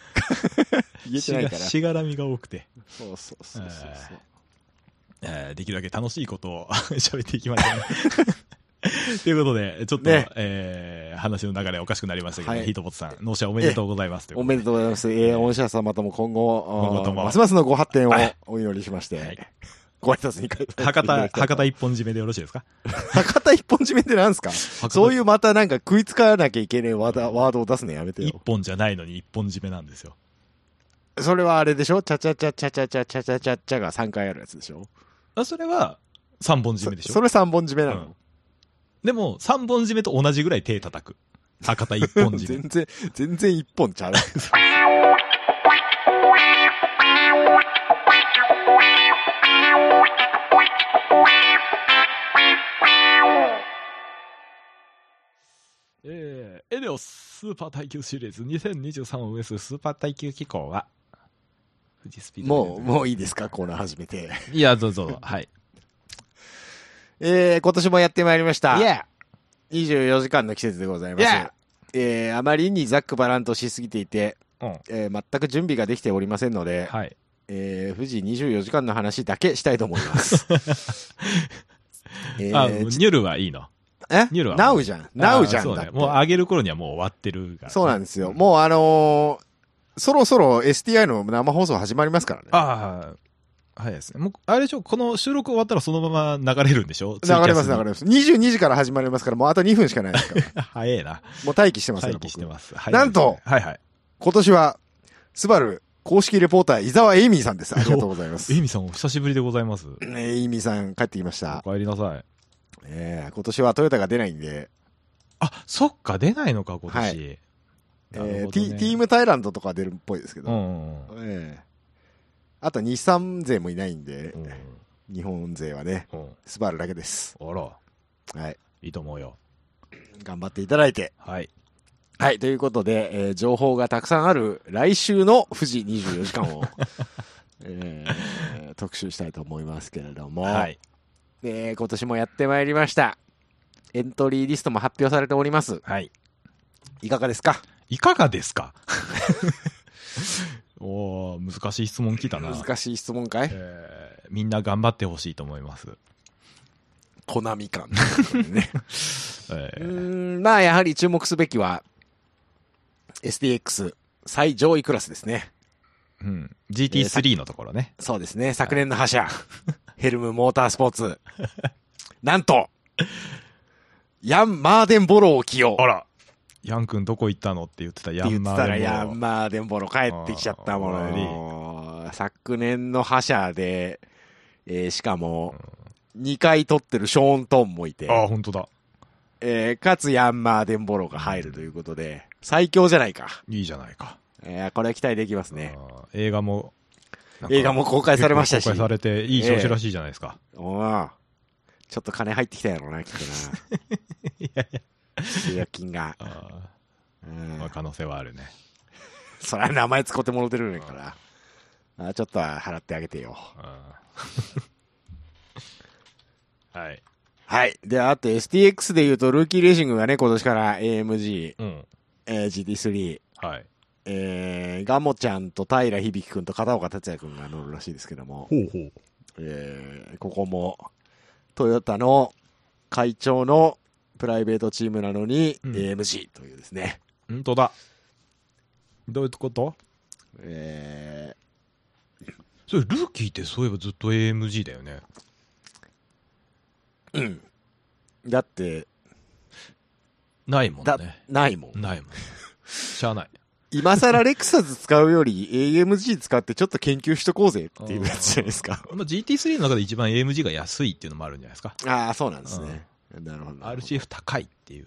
Speaker 2: 言えて
Speaker 1: し
Speaker 2: ない
Speaker 1: が
Speaker 2: から。
Speaker 1: しがらみが多くて、
Speaker 2: そうそうそうそうそう。
Speaker 1: えーできるだけ楽しいことを喋っていきましょうね。ということで、ちょっと、
Speaker 2: ね
Speaker 1: えー話の流れおかしくなりましたけど、
Speaker 2: はい
Speaker 1: ヒートボットさん、納車おめでとうございますという
Speaker 2: お
Speaker 1: こと
Speaker 2: めでとうございます。えー、御社様とも今後、
Speaker 1: 今後
Speaker 2: あ
Speaker 1: と
Speaker 2: ー
Speaker 1: も
Speaker 2: ますますのご発展を
Speaker 1: はい
Speaker 2: お祈りしまして、
Speaker 1: ではい
Speaker 2: ご挨拶に帰っていただ
Speaker 1: 博
Speaker 2: きた
Speaker 1: 多、
Speaker 2: い
Speaker 1: 博多一本締めでよろしいですか
Speaker 2: 博多一本締めってなんですかそう
Speaker 1: う
Speaker 2: いうまたなんか食いつかなきゃいけねえワードワードを出すのやめて
Speaker 1: 一
Speaker 2: よ。
Speaker 1: 本じゃないのに一本締めなんですよ。
Speaker 2: それはあれでしょチャチャチャチャチャチャチャチャチャチャが3回あるやつでしょ
Speaker 1: あそれは、三本締めでしょ
Speaker 2: そそれ3本締めな
Speaker 1: う
Speaker 2: の
Speaker 1: ん、でも、三本締めと同じぐらい手叩く。博多一本締
Speaker 2: 全
Speaker 1: め。
Speaker 2: 然、全然1本ちゃう。
Speaker 1: えーエネオススーパー耐久シリーズ 2023OS スーパー耐久機構は、富士スピード
Speaker 2: もう、もういいですかコーナー始めて。
Speaker 1: う。いや、どうぞ、 はい。
Speaker 2: えー、今年もやってまいりました。
Speaker 1: や
Speaker 2: 24時間の季節でございます。
Speaker 1: Yeah
Speaker 2: えーあまりにざっくばらんとしすぎていて、
Speaker 1: うん。
Speaker 2: えー全く準備ができておりませんので、
Speaker 1: はい。
Speaker 2: えー富士24時間の話だけしたいと思い ます。え
Speaker 1: あ、
Speaker 2: ー
Speaker 1: ニ
Speaker 2: ち
Speaker 1: ュルはいいの。
Speaker 2: え
Speaker 1: ニュルは
Speaker 2: ?Now じゃん。Now じゃ
Speaker 1: あそ
Speaker 2: ん
Speaker 1: う
Speaker 2: だ
Speaker 1: ね
Speaker 2: っ。
Speaker 1: もう
Speaker 2: て。
Speaker 1: 上げる頃にはもう終わってるから。
Speaker 2: そうなんですよ。もうあのーそろそろ STI の生放送始まりますからね。
Speaker 1: ああ、早いですね。もう、あれでしょ、この収録終わったらそのまま流れるんでしょ
Speaker 2: 流れます、流
Speaker 1: れ。
Speaker 2: れます。22時から始まりますから、もうあと2分しかないで すから。
Speaker 1: 早いな。
Speaker 2: もう待機してます
Speaker 1: 待
Speaker 2: よ、
Speaker 1: 機して
Speaker 2: 僕。
Speaker 1: ます。早い
Speaker 2: なんと
Speaker 1: はいはい。
Speaker 2: 今年は、スバル公式レポーター、伊沢エイミーさんです。ありがとうございます。
Speaker 1: えみさんお久しぶりでございます。
Speaker 2: ねえ、イミさん帰ってきました。
Speaker 1: お帰りなさい。
Speaker 2: ええ今年はトヨタが出ないんで、
Speaker 1: あ、そっか、出ないのか、今年。
Speaker 2: は
Speaker 1: なる
Speaker 2: え
Speaker 1: ほどね
Speaker 2: ーティティームタイランドとかは出るっぽいですけ
Speaker 1: う
Speaker 2: ど、
Speaker 1: んうんうん。
Speaker 2: ええあと日産勢もいないんで
Speaker 1: う、ん
Speaker 2: 日本勢はね、
Speaker 1: うん
Speaker 2: スバルだけです。
Speaker 1: あら、
Speaker 2: はい。
Speaker 1: いいと思うよ。
Speaker 2: 頑張っていただいて。
Speaker 1: はい。
Speaker 2: はい。ということで、えー情報がたくさんある来週の富士24時間 を、えー特集したいと思いますけれども、
Speaker 1: はい。
Speaker 2: えー今年もやってまいりました。エントリーリストも発表されております。
Speaker 1: はい。
Speaker 2: いかがですか
Speaker 1: いかがですか おー難しい質問来たな。
Speaker 2: 難しい質問かい
Speaker 1: えーみんな頑張ってほしいと思います。
Speaker 2: コナミ感。ね、
Speaker 1: え
Speaker 2: うー
Speaker 1: ー
Speaker 2: ん、まあやはり注目すべきは、SDX 最上位クラスですね。
Speaker 1: うん、GT3 のところね。
Speaker 2: そうですね。昨年の覇者、ヘルムモータースポーツ。なんと、ヤン・マーデンボロを起用。
Speaker 1: あら。ヤン君どこ行ったのって言ってたヤ
Speaker 2: って言
Speaker 1: ン
Speaker 2: って
Speaker 1: マ
Speaker 2: た
Speaker 1: ー
Speaker 2: ら、
Speaker 1: でも
Speaker 2: ヤン・マーデンボロ帰ってきちゃったも
Speaker 1: あ
Speaker 2: の。昨年の覇者で、えーしかも、2回取ってるショーン・トーンもいて。
Speaker 1: ああ、本当だ。
Speaker 2: えーかつヤンマーデンボロが入るということで、最強じゃないか。
Speaker 1: いいじゃないか。
Speaker 2: えーこれは期待できますね。
Speaker 1: あー映画も。なんか
Speaker 2: 映画も公開されましたし。
Speaker 1: 公開されて、いい調子らしいじゃないですか。
Speaker 2: おーちょっと金入ってきたやろうな、きっとな。
Speaker 1: いやいや。
Speaker 2: 契約金が。
Speaker 1: あ
Speaker 2: う
Speaker 1: ー
Speaker 2: ん
Speaker 1: まあ、可能性はあるね。
Speaker 2: そりゃ名前使ってもろてるねんから。あーちょっとは払ってあげてよ。
Speaker 1: あーはい。
Speaker 2: はい。で、あと STX で言うと、ルーキーレーシングがね、今年から AMG、
Speaker 1: うん。
Speaker 2: えー GT3、
Speaker 1: はい。
Speaker 2: えーガモちゃんと平響くんと片岡達也くんが乗るらしいですけども。
Speaker 1: ほうほう。
Speaker 2: えーここも、トヨタの会長のプライベートチームなのに、
Speaker 1: うん
Speaker 2: AMG というですね、
Speaker 1: 本当だ。どういうこと
Speaker 2: え
Speaker 1: それ、ルーキーってそういえばずっと AMG だよね。
Speaker 2: ーだって、
Speaker 1: ないもん
Speaker 2: だ、
Speaker 1: ね。
Speaker 2: ないもん。
Speaker 1: ないもん。しゃあない。
Speaker 2: 今更レクサス使うより AMG 使ってちょっと研究しとこうぜっていうやつじゃないですか。
Speaker 1: まあ、GT3 の中で一番 AMG が安いっていうのもあるんじゃないですか。
Speaker 2: ああー、そうなんですね。なるほど。
Speaker 1: RCF 高いっていう。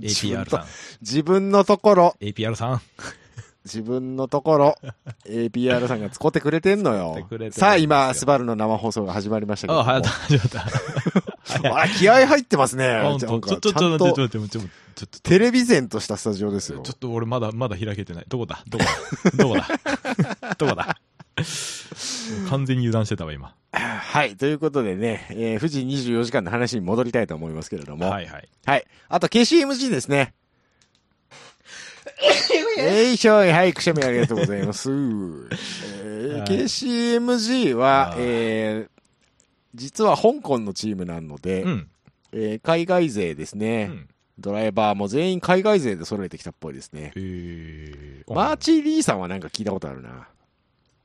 Speaker 2: 自分
Speaker 1: APR
Speaker 2: と
Speaker 1: さん。
Speaker 2: 自分のところ、
Speaker 1: APR さん。
Speaker 2: 自分のところ、APR さんが使ってくれてんの
Speaker 1: 使って
Speaker 2: よ
Speaker 1: くれてるん。ですよ
Speaker 2: さあ、今、スバルの生放送が始まりましたけ
Speaker 1: あ
Speaker 2: ど。
Speaker 1: あ、はやった、始まった。
Speaker 2: あ気合入ってますね。
Speaker 1: あ、ほん
Speaker 2: ち
Speaker 1: と。ち
Speaker 2: ゃ
Speaker 1: ょ、
Speaker 2: ん
Speaker 1: ちょ、ちょ、ちょ、ちょ、ちょ、ちょ、ち
Speaker 2: と
Speaker 1: ょ、ちょ、ちょ、
Speaker 2: テレビ前としたスタジオで
Speaker 1: ち
Speaker 2: す
Speaker 1: ょ
Speaker 2: よ
Speaker 1: ちょ。っと俺まだ、まだ開けてない。どこだどこだどこ だどこだもう完全に油断してたわ、今。
Speaker 2: はい。ということでね、えー、富士24時間の話に戻りたいと思いますけれども。は。
Speaker 1: はいいはい。
Speaker 2: あと、KCMG です ね。えいしょい、はい、くしゃみありがとうござい ます。え
Speaker 1: は
Speaker 2: ー
Speaker 1: い
Speaker 2: KCMG は
Speaker 1: あー、
Speaker 2: えー、実は香港のチームなので、
Speaker 1: うん。
Speaker 2: えー海外勢です
Speaker 1: う
Speaker 2: ね、
Speaker 1: ん。
Speaker 2: ドライバーも全員海外勢で揃えてきたっぽいですね
Speaker 1: えー、あ
Speaker 2: マーチー・リーさんはなんか聞いたことあるな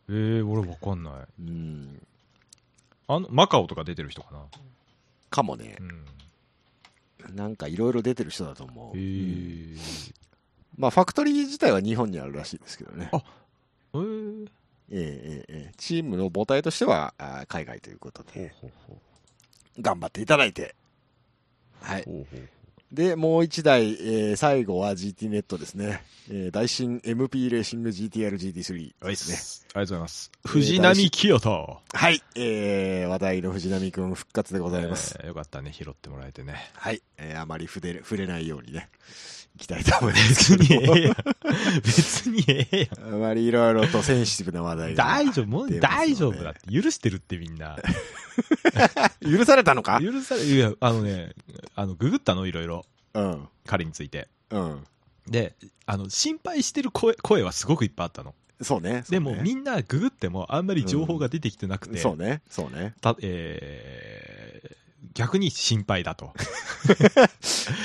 Speaker 1: えー、俺わかんない。
Speaker 2: うん
Speaker 1: あの、マカオとか出てる人かな。
Speaker 2: かもね
Speaker 1: うん。
Speaker 2: なんかいろいろ出てる人だと思う、
Speaker 1: え
Speaker 2: うん
Speaker 1: ー、
Speaker 2: まあファクトリー自体は日本にあるらしいですけどね
Speaker 1: あえー、
Speaker 2: ええええええチームの母体としてはあー海外ということで
Speaker 1: ほうほ
Speaker 2: 頑張っていただいてはいう
Speaker 1: ほうほう
Speaker 2: で、もう一台、えー最後は GT ネットですね。えー、大新 MP レーシング GTR GT3
Speaker 1: はい
Speaker 2: で
Speaker 1: っ
Speaker 2: すね。
Speaker 1: す、ありがとうございます。
Speaker 2: ー
Speaker 1: 藤波清人。
Speaker 2: はい。えー、話題の藤波くん復活でございます。
Speaker 1: えーよかったね、拾ってもらえてね。
Speaker 2: はい。えー、あまり触れる、触れないようにね、いきたいと思います
Speaker 1: 別
Speaker 2: け
Speaker 1: に
Speaker 2: ども。
Speaker 1: ええやん。別にええやん。
Speaker 2: あまりいろいろとセンシティブな話題が。
Speaker 1: 大丈夫、もう
Speaker 2: 出ますので
Speaker 1: 大丈夫だって。許してるってみんな。
Speaker 2: 許されたのか
Speaker 1: 許され、いや、あのね、あの、ググったのいろいろ。
Speaker 2: うん。
Speaker 1: 彼について。
Speaker 2: うん。
Speaker 1: で、あの、心配してる声、声はすごくいっぱいあったの。
Speaker 2: そうね。
Speaker 1: でも、みんなググってもあんまり情報が出てきてなくて、
Speaker 2: そうね。そうね。
Speaker 1: たえー逆に心配だと。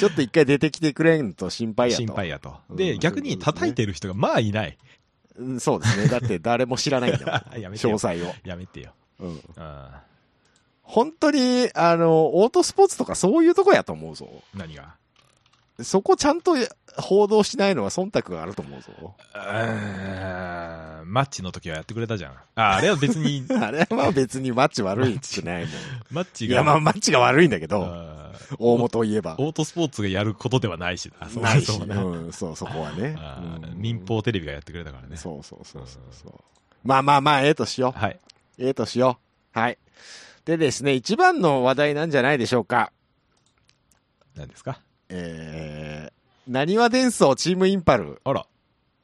Speaker 2: ちょっと一回出てきてくれんと心配やと。
Speaker 1: 心配やと。
Speaker 2: うん
Speaker 1: で、逆に叩いてる人がまあいない。
Speaker 2: うん。そうですね。だって誰も知らないんだも ん。
Speaker 1: やめて
Speaker 2: 詳
Speaker 1: よ
Speaker 2: 細を。
Speaker 1: やめてよ。
Speaker 2: うん。
Speaker 1: あ
Speaker 2: 本当に、あの、オートスポーツとかそういうとこやと思うぞ。
Speaker 1: ー何が
Speaker 2: そこちゃんと報道しないのは忖度があると思うぞ。、
Speaker 1: あーマッチの時はやってくれたじゃん。ああれは別に
Speaker 2: あれはまあ別にマッチ悪いってないも ん。
Speaker 1: マッチ
Speaker 2: い
Speaker 1: が。
Speaker 2: や、まあマッチが悪いんだけど、
Speaker 1: あー
Speaker 2: 大元を言えば。
Speaker 1: オートスポーツがやることではないしな。
Speaker 2: ない し、
Speaker 1: そう
Speaker 2: う、
Speaker 1: だなん
Speaker 2: そう、そこはね
Speaker 1: あ。ー
Speaker 2: うん
Speaker 1: 民放テレビがやってくれたからね。
Speaker 2: そうそうそうそうそう。まあまあまあ、ええとしよ
Speaker 1: はい。
Speaker 2: う。ええとしよう。はい。でですね、一番の話題なんじゃないでしょうか。
Speaker 1: 何ですか
Speaker 2: えー、なにわ伝送チームインパル、
Speaker 1: あら。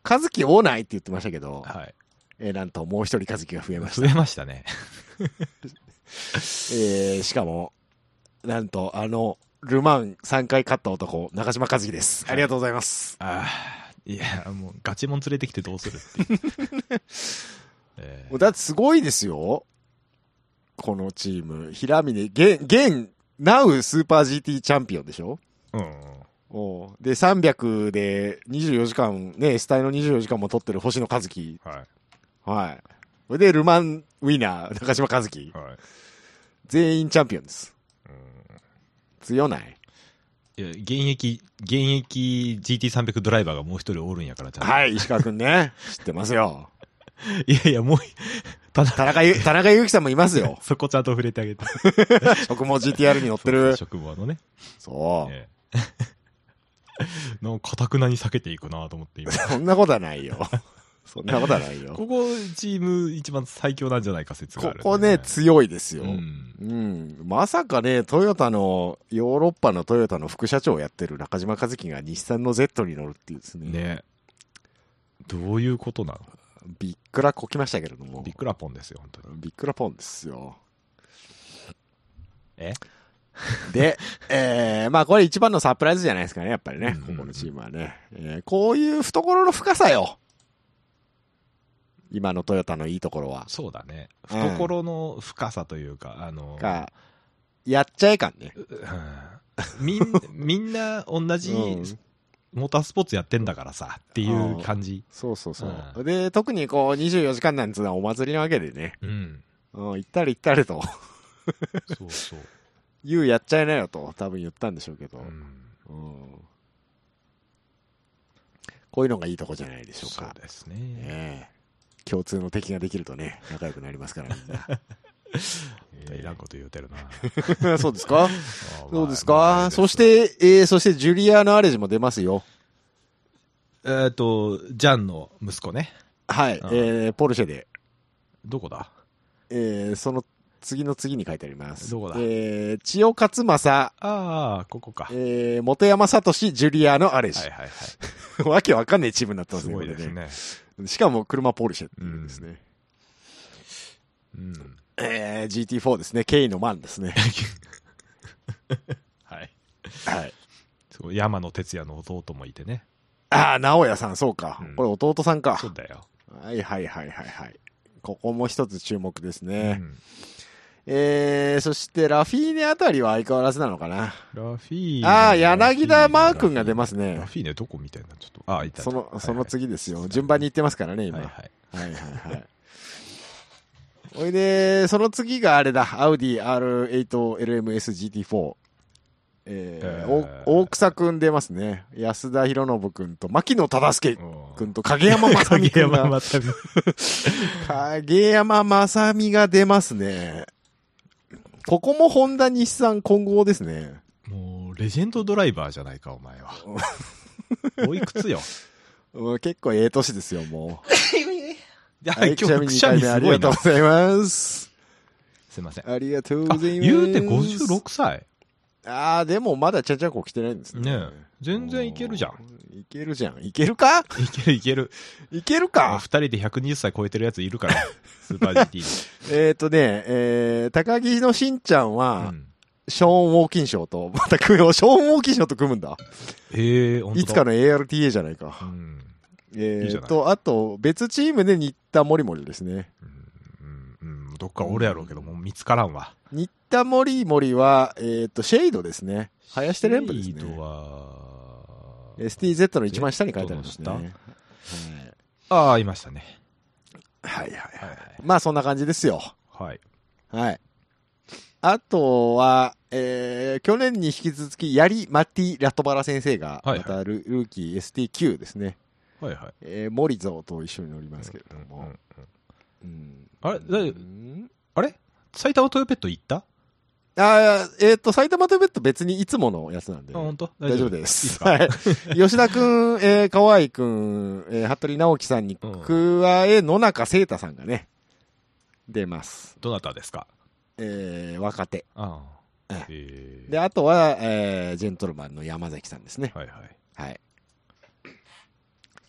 Speaker 2: 和樹オーナイって言ってましたけど、
Speaker 1: はい。
Speaker 2: えーなんともう一人和樹が増えました
Speaker 1: 増。えましたね。
Speaker 2: えー、しかも、なんと、あの、ルマン3回勝った男、中島和樹です。ありがとうございます。
Speaker 1: ああ、いや、もうガチモン連れてきてどうするっていう。 えー
Speaker 2: だってすごいですよ。このチーム。平峰、現、現、ナウスーパー GT チャンピオンでしょ
Speaker 1: うん
Speaker 2: おうで、300で24時間、ね、スタイの24時間も取ってる星野和樹。
Speaker 1: は
Speaker 2: はい。それで、ルマンウィナー、中島和樹
Speaker 1: い。。はい。
Speaker 2: 全員チャンピオンです。強ない。
Speaker 1: いや現役、現役 GT300 ドライバーがもう一人おるんやから、ちゃんと
Speaker 2: はい、石川くんね。知ってますよ。
Speaker 1: いやいや、もう、ただ、
Speaker 2: 田中ゆ、田中祐希さんもいますよ。
Speaker 1: そこちゃんと触れてあげて。
Speaker 2: 僕も GTR に乗ってる。
Speaker 1: 職場のね。
Speaker 2: そう。
Speaker 1: ええ の、かたくなに避けていくなと思って今。
Speaker 2: そんなことはないよ。そんなことはないよ。
Speaker 1: ここ、チーム一番最強なんじゃないか説があ
Speaker 2: こ
Speaker 1: る、
Speaker 2: こね、強いですよ。
Speaker 1: う
Speaker 2: うん。
Speaker 1: ん。
Speaker 2: まさかね、トヨタの、ヨーロッパのトヨタの副社長をやってる中島和樹が日産の Z に乗るっていうですね。
Speaker 1: ね。どういうことなの
Speaker 2: びっくらこきましたけれども。
Speaker 1: ビックラポンですよ、本当に。
Speaker 2: びっくらポンですよ。
Speaker 1: え
Speaker 2: で、えー、まあこれ一番のサプライズじゃないですかね、やっぱりね
Speaker 1: う、ん
Speaker 2: ここのチームはね。えーこういう懐の深さよ。今のトヨタのいいところは。
Speaker 1: そうだね。
Speaker 2: うん
Speaker 1: 懐の深さというか、あの、
Speaker 2: か、やっちゃえ感ね。
Speaker 1: うん みん、みんな同じ
Speaker 2: うん
Speaker 1: モータースポーツやってんだからさ、っていう感じ。
Speaker 2: そうそうそう。
Speaker 1: う
Speaker 2: で、特にこう、24時間なんつうのはお祭りなわけでね、
Speaker 1: うん。
Speaker 2: うん、行ったり行ったりと、
Speaker 1: そうそう。
Speaker 2: 言うやっちゃいなよと、多分言ったんでしょうけど、
Speaker 1: うん
Speaker 2: うんこういうのがいいとこじゃないでしょう
Speaker 1: そ
Speaker 2: か
Speaker 1: う。ですね。
Speaker 2: ねえ共通の敵ができるとね、仲良くなりますから、みん な。
Speaker 1: いらんこと言うてるな。
Speaker 2: そうで すかそうですか、
Speaker 1: まあ
Speaker 2: そし、て、えー、そしてジュリアーノ・アレジも出ますよ。
Speaker 1: えっ、と、ジャンの息子ね。
Speaker 2: はい、
Speaker 1: うん
Speaker 2: えー、ポルシェで、
Speaker 1: どこだ
Speaker 2: えー、その次の次に書いてあります。
Speaker 1: どこだ
Speaker 2: えー、千代勝正、
Speaker 1: ああ、ここか。はい
Speaker 2: えー、本山聡、ジュリアーノ・アレジ。
Speaker 1: はいはい。
Speaker 2: わけわかんないチームになってますすね、
Speaker 1: ごいです
Speaker 2: こ
Speaker 1: ね。
Speaker 2: れねしかも車ポルシェっていうですね。
Speaker 1: うん。
Speaker 2: えー、GT4 ですね、ケイのマンですね。
Speaker 1: はい。
Speaker 2: はい。
Speaker 1: そう山野哲也の弟もいてね。
Speaker 2: ああ、直哉さん、そうか。
Speaker 1: うん
Speaker 2: これ弟さんか。
Speaker 1: そうだよ。
Speaker 2: はいはいはいはいはい。ここも一つ注目ですね。
Speaker 1: うん
Speaker 2: えー、そしてラフィーネあたりは相変わらずなのかな。
Speaker 1: ラフィーネ
Speaker 2: ああ、柳田マー君が出ます
Speaker 1: ラフィーネラ
Speaker 2: ね。
Speaker 1: フィーネどこみたいな、ちょっと。ああ、いた。
Speaker 2: そ
Speaker 1: はい
Speaker 2: の、
Speaker 1: はい
Speaker 2: その次ですよ。順番に行ってますからね、今。
Speaker 1: はい
Speaker 2: は
Speaker 1: はい。
Speaker 2: いはいはい。 おいで、その次があれだ。アウディ R8LMSGT4。えー
Speaker 1: えー
Speaker 2: お大草くん出ますね。安田博信くんと、牧野忠介くんと、影山正
Speaker 1: 影
Speaker 2: 美くん
Speaker 1: 山
Speaker 2: が。
Speaker 1: また見
Speaker 2: 影山正美が出ますね。ここも本田日産混合ですね。
Speaker 1: もう、レジェンドドライバーじゃないか、お 前は。おいくつよ。
Speaker 2: うん結構ええ年ですよ、もう。
Speaker 1: いや、 今
Speaker 2: ちな
Speaker 1: 日、
Speaker 2: み
Speaker 1: く
Speaker 2: に
Speaker 1: しゃ
Speaker 2: 2回
Speaker 1: み
Speaker 2: 目
Speaker 1: す
Speaker 2: あり
Speaker 1: ご
Speaker 2: が
Speaker 1: い
Speaker 2: とう
Speaker 1: な
Speaker 2: ご。ざいます。
Speaker 1: すいません。あ、
Speaker 2: ありがとうございます。
Speaker 1: 言うて56歳。
Speaker 2: ああ、でもまだちゃちゃこ来てないんですね。
Speaker 1: ねえ全然いけるじゃん。
Speaker 2: ん。いけるじゃん。いけるか
Speaker 1: いけるいける。
Speaker 2: いける
Speaker 1: あ
Speaker 2: か
Speaker 1: 二人で120歳超えてるやついるから、スーパー GT
Speaker 2: えっ、ー、とね、えー、高木のしんちゃん
Speaker 1: に。う
Speaker 2: は、
Speaker 1: ん
Speaker 2: ショーン・ウォーキン賞と、また組む、ショーン・ウォーキン賞と組むんだ。
Speaker 1: へえ、ほんとだ
Speaker 2: いつかの ARTA じゃないか。
Speaker 1: うん。
Speaker 2: え
Speaker 1: いいじゃ
Speaker 2: ー、
Speaker 1: ない
Speaker 2: と、あと、別チームで新田森森ですね。
Speaker 1: うんうんどっかおるやろうけど、もう見つからんわ。
Speaker 2: 新田森森は、えっ、ー、と、シェイドですね。林テレンブです
Speaker 1: シード
Speaker 2: ね。
Speaker 1: は、
Speaker 2: STZ の一番下に書いてありますね。
Speaker 1: ど
Speaker 2: は
Speaker 1: う
Speaker 2: い
Speaker 1: なああ、いましたね。
Speaker 2: はいはい。
Speaker 1: はい
Speaker 2: まあ、そんな感じですよ。
Speaker 1: はい。はい。
Speaker 2: はい。あとは、えー去年に引き続き、ヤリ・マティ・ラトバラ先生が、
Speaker 1: はいはい
Speaker 2: またルルーキー STQ ですね。
Speaker 1: はいはい。
Speaker 2: えー、モリゾーと一緒に乗りますけれど
Speaker 1: うんう
Speaker 2: も
Speaker 1: ん。
Speaker 2: うん
Speaker 1: あれだ
Speaker 2: うん
Speaker 1: あれ埼玉トヨペット行った
Speaker 2: あーえっ、と、埼玉トヨペット別にいつものやつなんで。
Speaker 1: あ、本当
Speaker 2: 大丈夫
Speaker 1: す。
Speaker 2: です。はい。 吉田くん、えー、河合くん、えー、服部直樹さんに加え、野中聖太さんがね、出ます。
Speaker 1: どなたですか
Speaker 2: えー、若手。
Speaker 1: ああ
Speaker 2: え。
Speaker 1: ええ
Speaker 2: で、あとは、えー、ジェントルマンの山崎さんですね。
Speaker 1: はいはい。
Speaker 2: はい。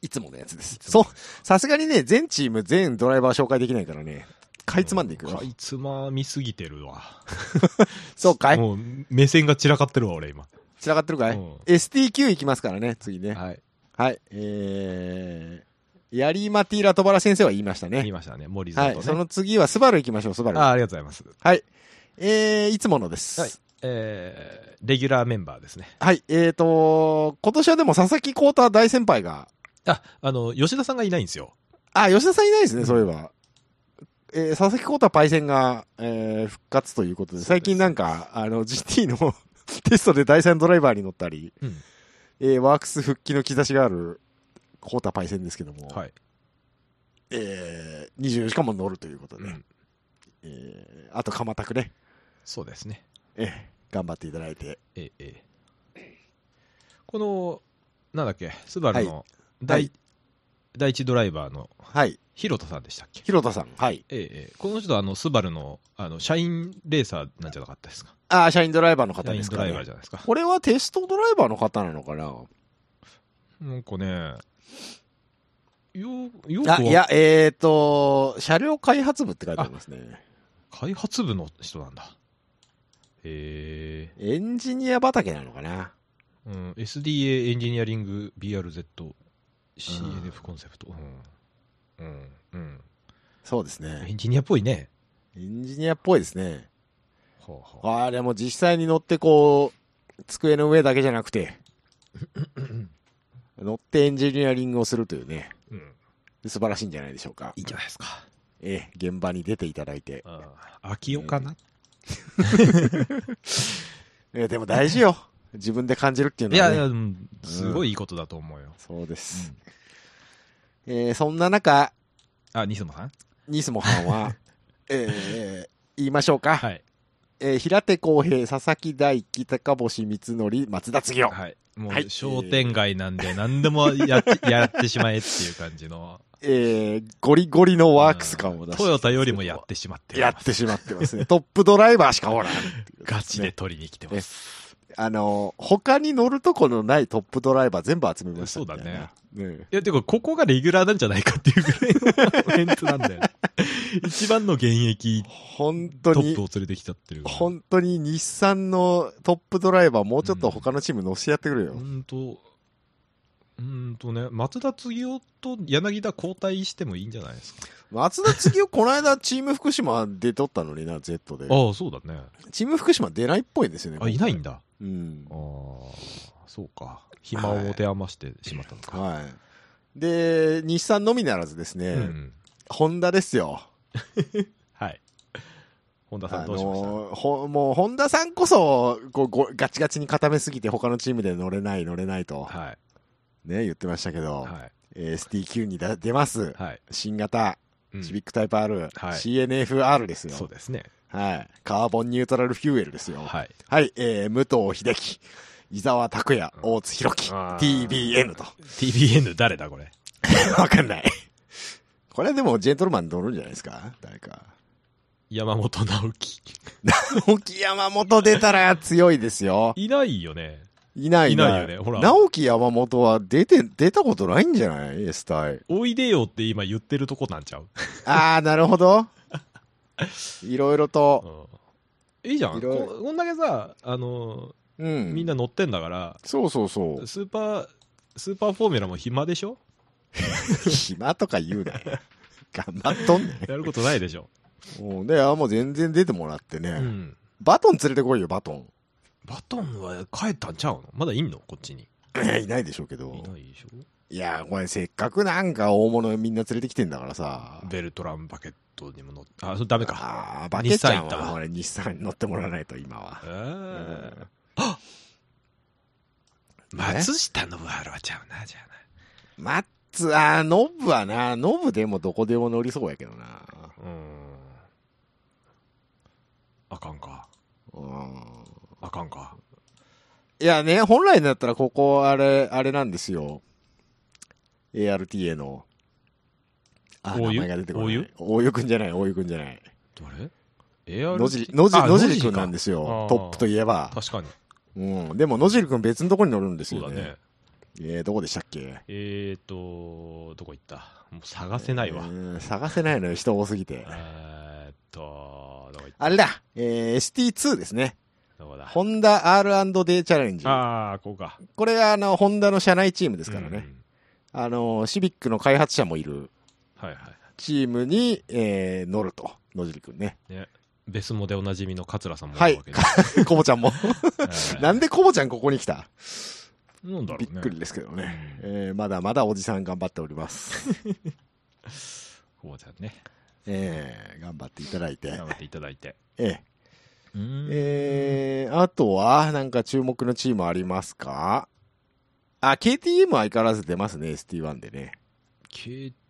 Speaker 2: いつものやつです。
Speaker 1: つ
Speaker 2: そう
Speaker 1: も。
Speaker 2: さすがにね、全チーム、全ドライバー紹介できないからね、かいつまんでいく
Speaker 1: か
Speaker 2: よ。
Speaker 1: いつまみすぎてるわ。
Speaker 2: そうかい
Speaker 1: もう、目線が散らかってるわ、俺今。
Speaker 2: 散らかってるかい、
Speaker 1: うん
Speaker 2: ?STQ いきますからね、次ね。
Speaker 1: はい。
Speaker 2: はい。えー、ヤリマティ・ラトバラ先生は言いました
Speaker 1: 言い
Speaker 2: ね。
Speaker 1: ましたね。森さ
Speaker 2: は
Speaker 1: ん
Speaker 2: い。
Speaker 1: と
Speaker 2: そ
Speaker 1: ね。
Speaker 2: の次は、スバル行きましょう、スバル。
Speaker 1: ああ、ありがとうございます。
Speaker 2: はい。えー、いつものです。は
Speaker 1: はいい。。えーレギュラーメンバーですね。
Speaker 2: えーと、今年はでも佐々木幸太大先輩が、
Speaker 1: あ、あの、吉田さんがいないんですよ。
Speaker 2: あ、吉田さんいないですね、そういえば。えー佐々木幸太パイセンが、えー復活ということ
Speaker 1: そう
Speaker 2: で、
Speaker 1: です
Speaker 2: 最近なんか、あの、GT の テストで第3ドライバーに乗ったり、
Speaker 1: うん
Speaker 2: えーワークス復帰の兆しがある幸太パイセンですけども、
Speaker 1: はい。
Speaker 2: えー、24時間も乗るということで、
Speaker 1: うん。
Speaker 2: えーあと鎌田くね、
Speaker 1: そうですね。
Speaker 2: えー頑張っていただいて、
Speaker 1: ええええ。この、なんだっけ、スバルの第,、
Speaker 2: はい
Speaker 1: 第一ドライバーの
Speaker 2: はい、
Speaker 1: ヒロトさんでしたっけ
Speaker 2: 広田さん、はい。
Speaker 1: ええええ、この人はあのスバルのあの社員レーサーなんじゃなかったですか
Speaker 2: あー、社員ドライバーの方
Speaker 1: 社
Speaker 2: で
Speaker 1: 員
Speaker 2: す
Speaker 1: ド
Speaker 2: か
Speaker 1: ライバー
Speaker 2: ね
Speaker 1: じ。ゃないですか。
Speaker 2: これはテストドライバーの方なのかな
Speaker 1: なんかね、よよく
Speaker 2: あ、
Speaker 1: はい
Speaker 2: や、えーと、車両開発部って書いてありますね。
Speaker 1: 開発部の人なんだ。え
Speaker 2: エンジニア畑なのかな
Speaker 1: えうん、SDA エンジニアリング BRZ
Speaker 2: うん
Speaker 1: CNF コンセプト。うん。うん。うん。
Speaker 2: そうです
Speaker 1: エ
Speaker 2: ね。
Speaker 1: ンジニアっぽいね。
Speaker 2: エンジニアっぽいですね。
Speaker 1: はあはあ
Speaker 2: あれも実際に乗ってこう、机の上だけじゃな くて、乗ってエンジニアリングをするというね、
Speaker 1: うん。
Speaker 2: 素晴らしいんじゃないでしょうか
Speaker 1: いい。んじゃないですか。
Speaker 2: ええ、現場に出ていただいて。
Speaker 1: 秋代かな、
Speaker 2: ええでも大事よ。自分で感じるっていう
Speaker 1: い
Speaker 2: のは、
Speaker 1: や
Speaker 2: ね。
Speaker 1: いや、うんすごいいいことだと思うよ。
Speaker 2: そうです。ええそんな中、
Speaker 1: あ、西野さん
Speaker 2: ニスモハン は、ええ言いましょうか。
Speaker 1: はい。
Speaker 2: えー平手康平、佐々木大輝、高星光則、松田次郎。
Speaker 1: はい。も
Speaker 2: はいう
Speaker 1: 商店街なんで何でも やっやってしまえっていう感じの。
Speaker 2: えーゴリゴリのワークス感を出して、
Speaker 1: トヨタよりもやってしまって
Speaker 2: や
Speaker 1: ま
Speaker 2: っ
Speaker 1: す
Speaker 2: てしまってますね。トップドライバーし かおらん。
Speaker 1: ガチで取りに来てます。
Speaker 2: あのー、他に乗るとこのないトップドライバー全部集めましたみたいな。
Speaker 1: そうだ
Speaker 2: ね。
Speaker 1: いや、てか、ここがレギュラーなんじゃないかっていうぐらいの メンツなんだよね。一番の現役
Speaker 2: 本
Speaker 1: ト
Speaker 2: 当
Speaker 1: ップを
Speaker 2: に、
Speaker 1: 連れてきちゃってる。
Speaker 2: 本当に日産のトップドライバーもうちょっと他のチーム乗せてやってくれよ。
Speaker 1: ほんと、うーんとね、松田継夫と柳田交代してもいいんじゃないですか。
Speaker 2: 松田次をこの間、チーム福島出とったのにな、Z で。
Speaker 1: ああ、そうだね。
Speaker 2: チーム福島出ないっぽいんですよね。
Speaker 1: あ、いないん
Speaker 2: だ。
Speaker 1: だ。
Speaker 2: うん
Speaker 1: あ。あ、そうか。暇を持て余してしまったのか。
Speaker 2: はい。で、日産のみならずですね、
Speaker 1: うん。
Speaker 2: ホンダですよ。
Speaker 1: はい。本田さ
Speaker 2: あ
Speaker 1: んどうしました、
Speaker 2: のーほもう、本田さんこそこうごガチガチに固めすぎて、他のチームで乗れない、乗れないと、
Speaker 1: はい。
Speaker 2: ね、言ってましたけど、
Speaker 1: はい。
Speaker 2: えー STQ にだ出ます、
Speaker 1: はい。
Speaker 2: 新型、
Speaker 1: うん
Speaker 2: シビックタイプ R、
Speaker 1: はい
Speaker 2: CNFR です
Speaker 1: そう
Speaker 2: よ、
Speaker 1: ですね。
Speaker 2: はい、カーボンニュートラルフューエルですよ、はい、
Speaker 1: はい。
Speaker 2: えー武藤秀樹、伊沢拓也、大津弘樹、
Speaker 1: あー
Speaker 2: TBN と、
Speaker 1: TBN 誰だこれ。
Speaker 2: わかんない。これはでも、ジェントルマン乗るんじゃないですか、誰か。
Speaker 1: 山本直樹。
Speaker 2: 沖山本出たら強いですよ。
Speaker 1: いないよね。
Speaker 2: いない
Speaker 1: いないよねほら
Speaker 2: 直樹山本は出て、出たことないんじゃない ?S 隊。
Speaker 1: おいでよって今言ってるとこなんちゃう。
Speaker 2: ああ、なる ほど。いろいろと。
Speaker 1: うん、いいじゃん
Speaker 2: いろいろ
Speaker 1: こ。こんだけさ、あの
Speaker 2: うん。
Speaker 1: みんな。乗ってんだから、
Speaker 2: そうそうそう。
Speaker 1: スーパー、スーパーフォーミュラも暇でし ょ
Speaker 2: 暇とか言うなよ。頑張っとんね
Speaker 1: やることないで しょ。
Speaker 2: ん。もうね、あもう全然出てもらってね。
Speaker 1: うん。
Speaker 2: バトン連れてこいよ、バトン。
Speaker 1: バトンは帰ったんちゃうのまだいんのこっちに。
Speaker 2: いないでしょうけど
Speaker 1: い。ないでしょ
Speaker 2: いやー、これせっかくなんか大物みんな連れてきてんだからさ。
Speaker 1: ベルトランバケットにも乗って、あ、それダメか。
Speaker 2: ああ、バケちゃん
Speaker 1: 日産行った
Speaker 2: は
Speaker 1: わ
Speaker 2: 俺日産に乗ってもらわないと今は
Speaker 1: え。
Speaker 2: うん
Speaker 1: ー
Speaker 2: ね
Speaker 1: 松下のワロはちゃうな、じゃ
Speaker 2: マッツ、あー、ノブはな、ノブでもどこでも乗りそうやけどな。
Speaker 1: あな。うん。あかんか。
Speaker 2: うん。
Speaker 1: あかんか。
Speaker 2: いやね、本来だったらここ、あれ、あれなんですよ。ARTA の。あ、
Speaker 1: 大湯
Speaker 2: 名前が出てこな
Speaker 1: 大
Speaker 2: い
Speaker 1: 湯。
Speaker 2: 大湯くんじゃない、大湯くんじゃない。
Speaker 1: 誰 ?AR?。
Speaker 2: 野尻、野尻、野尻くんなんですすよ
Speaker 1: あ。ー
Speaker 2: トップといえば。
Speaker 1: 確かに。
Speaker 2: うん。でも野尻くん別のとこに乗るんです
Speaker 1: そう
Speaker 2: よ
Speaker 1: だ
Speaker 2: ね。
Speaker 1: ね。
Speaker 2: えー、どこでしたっけ
Speaker 1: えーと、どこ行ったもう探せないわ
Speaker 2: う。ん探せないのよ、人多すぎて。
Speaker 1: えーっと、どこ行った
Speaker 2: あれだ、えー、ST2 ですね。
Speaker 1: どこだ
Speaker 2: ホンダ R&D チャレンジ。
Speaker 1: ああ、こうか。
Speaker 2: これはあの、ホンダの社内チームで
Speaker 1: です
Speaker 2: からね。あの、シビックの開発者もいる
Speaker 1: はいはい。
Speaker 2: チームに、えー乗ると。野尻くんね。
Speaker 1: ベスモでおなじみの桂さんもい
Speaker 2: は
Speaker 1: る
Speaker 2: い
Speaker 1: わけ。
Speaker 2: コボちゃんも。
Speaker 1: で。
Speaker 2: なん
Speaker 1: で
Speaker 2: でコボちゃんここに来た
Speaker 1: なんだろう
Speaker 2: び
Speaker 1: ね。
Speaker 2: っくりですけどね。えーまだまだおじさん頑張っております。
Speaker 1: こうちゃんね。
Speaker 2: えー頑張っていただいて
Speaker 1: 頑。張っていただいて。
Speaker 2: え
Speaker 1: うー
Speaker 2: ー
Speaker 1: ん
Speaker 2: えーあとは、なんか注目のチームありますかあ、KTM は相変わらず出ますね、ST1 でね。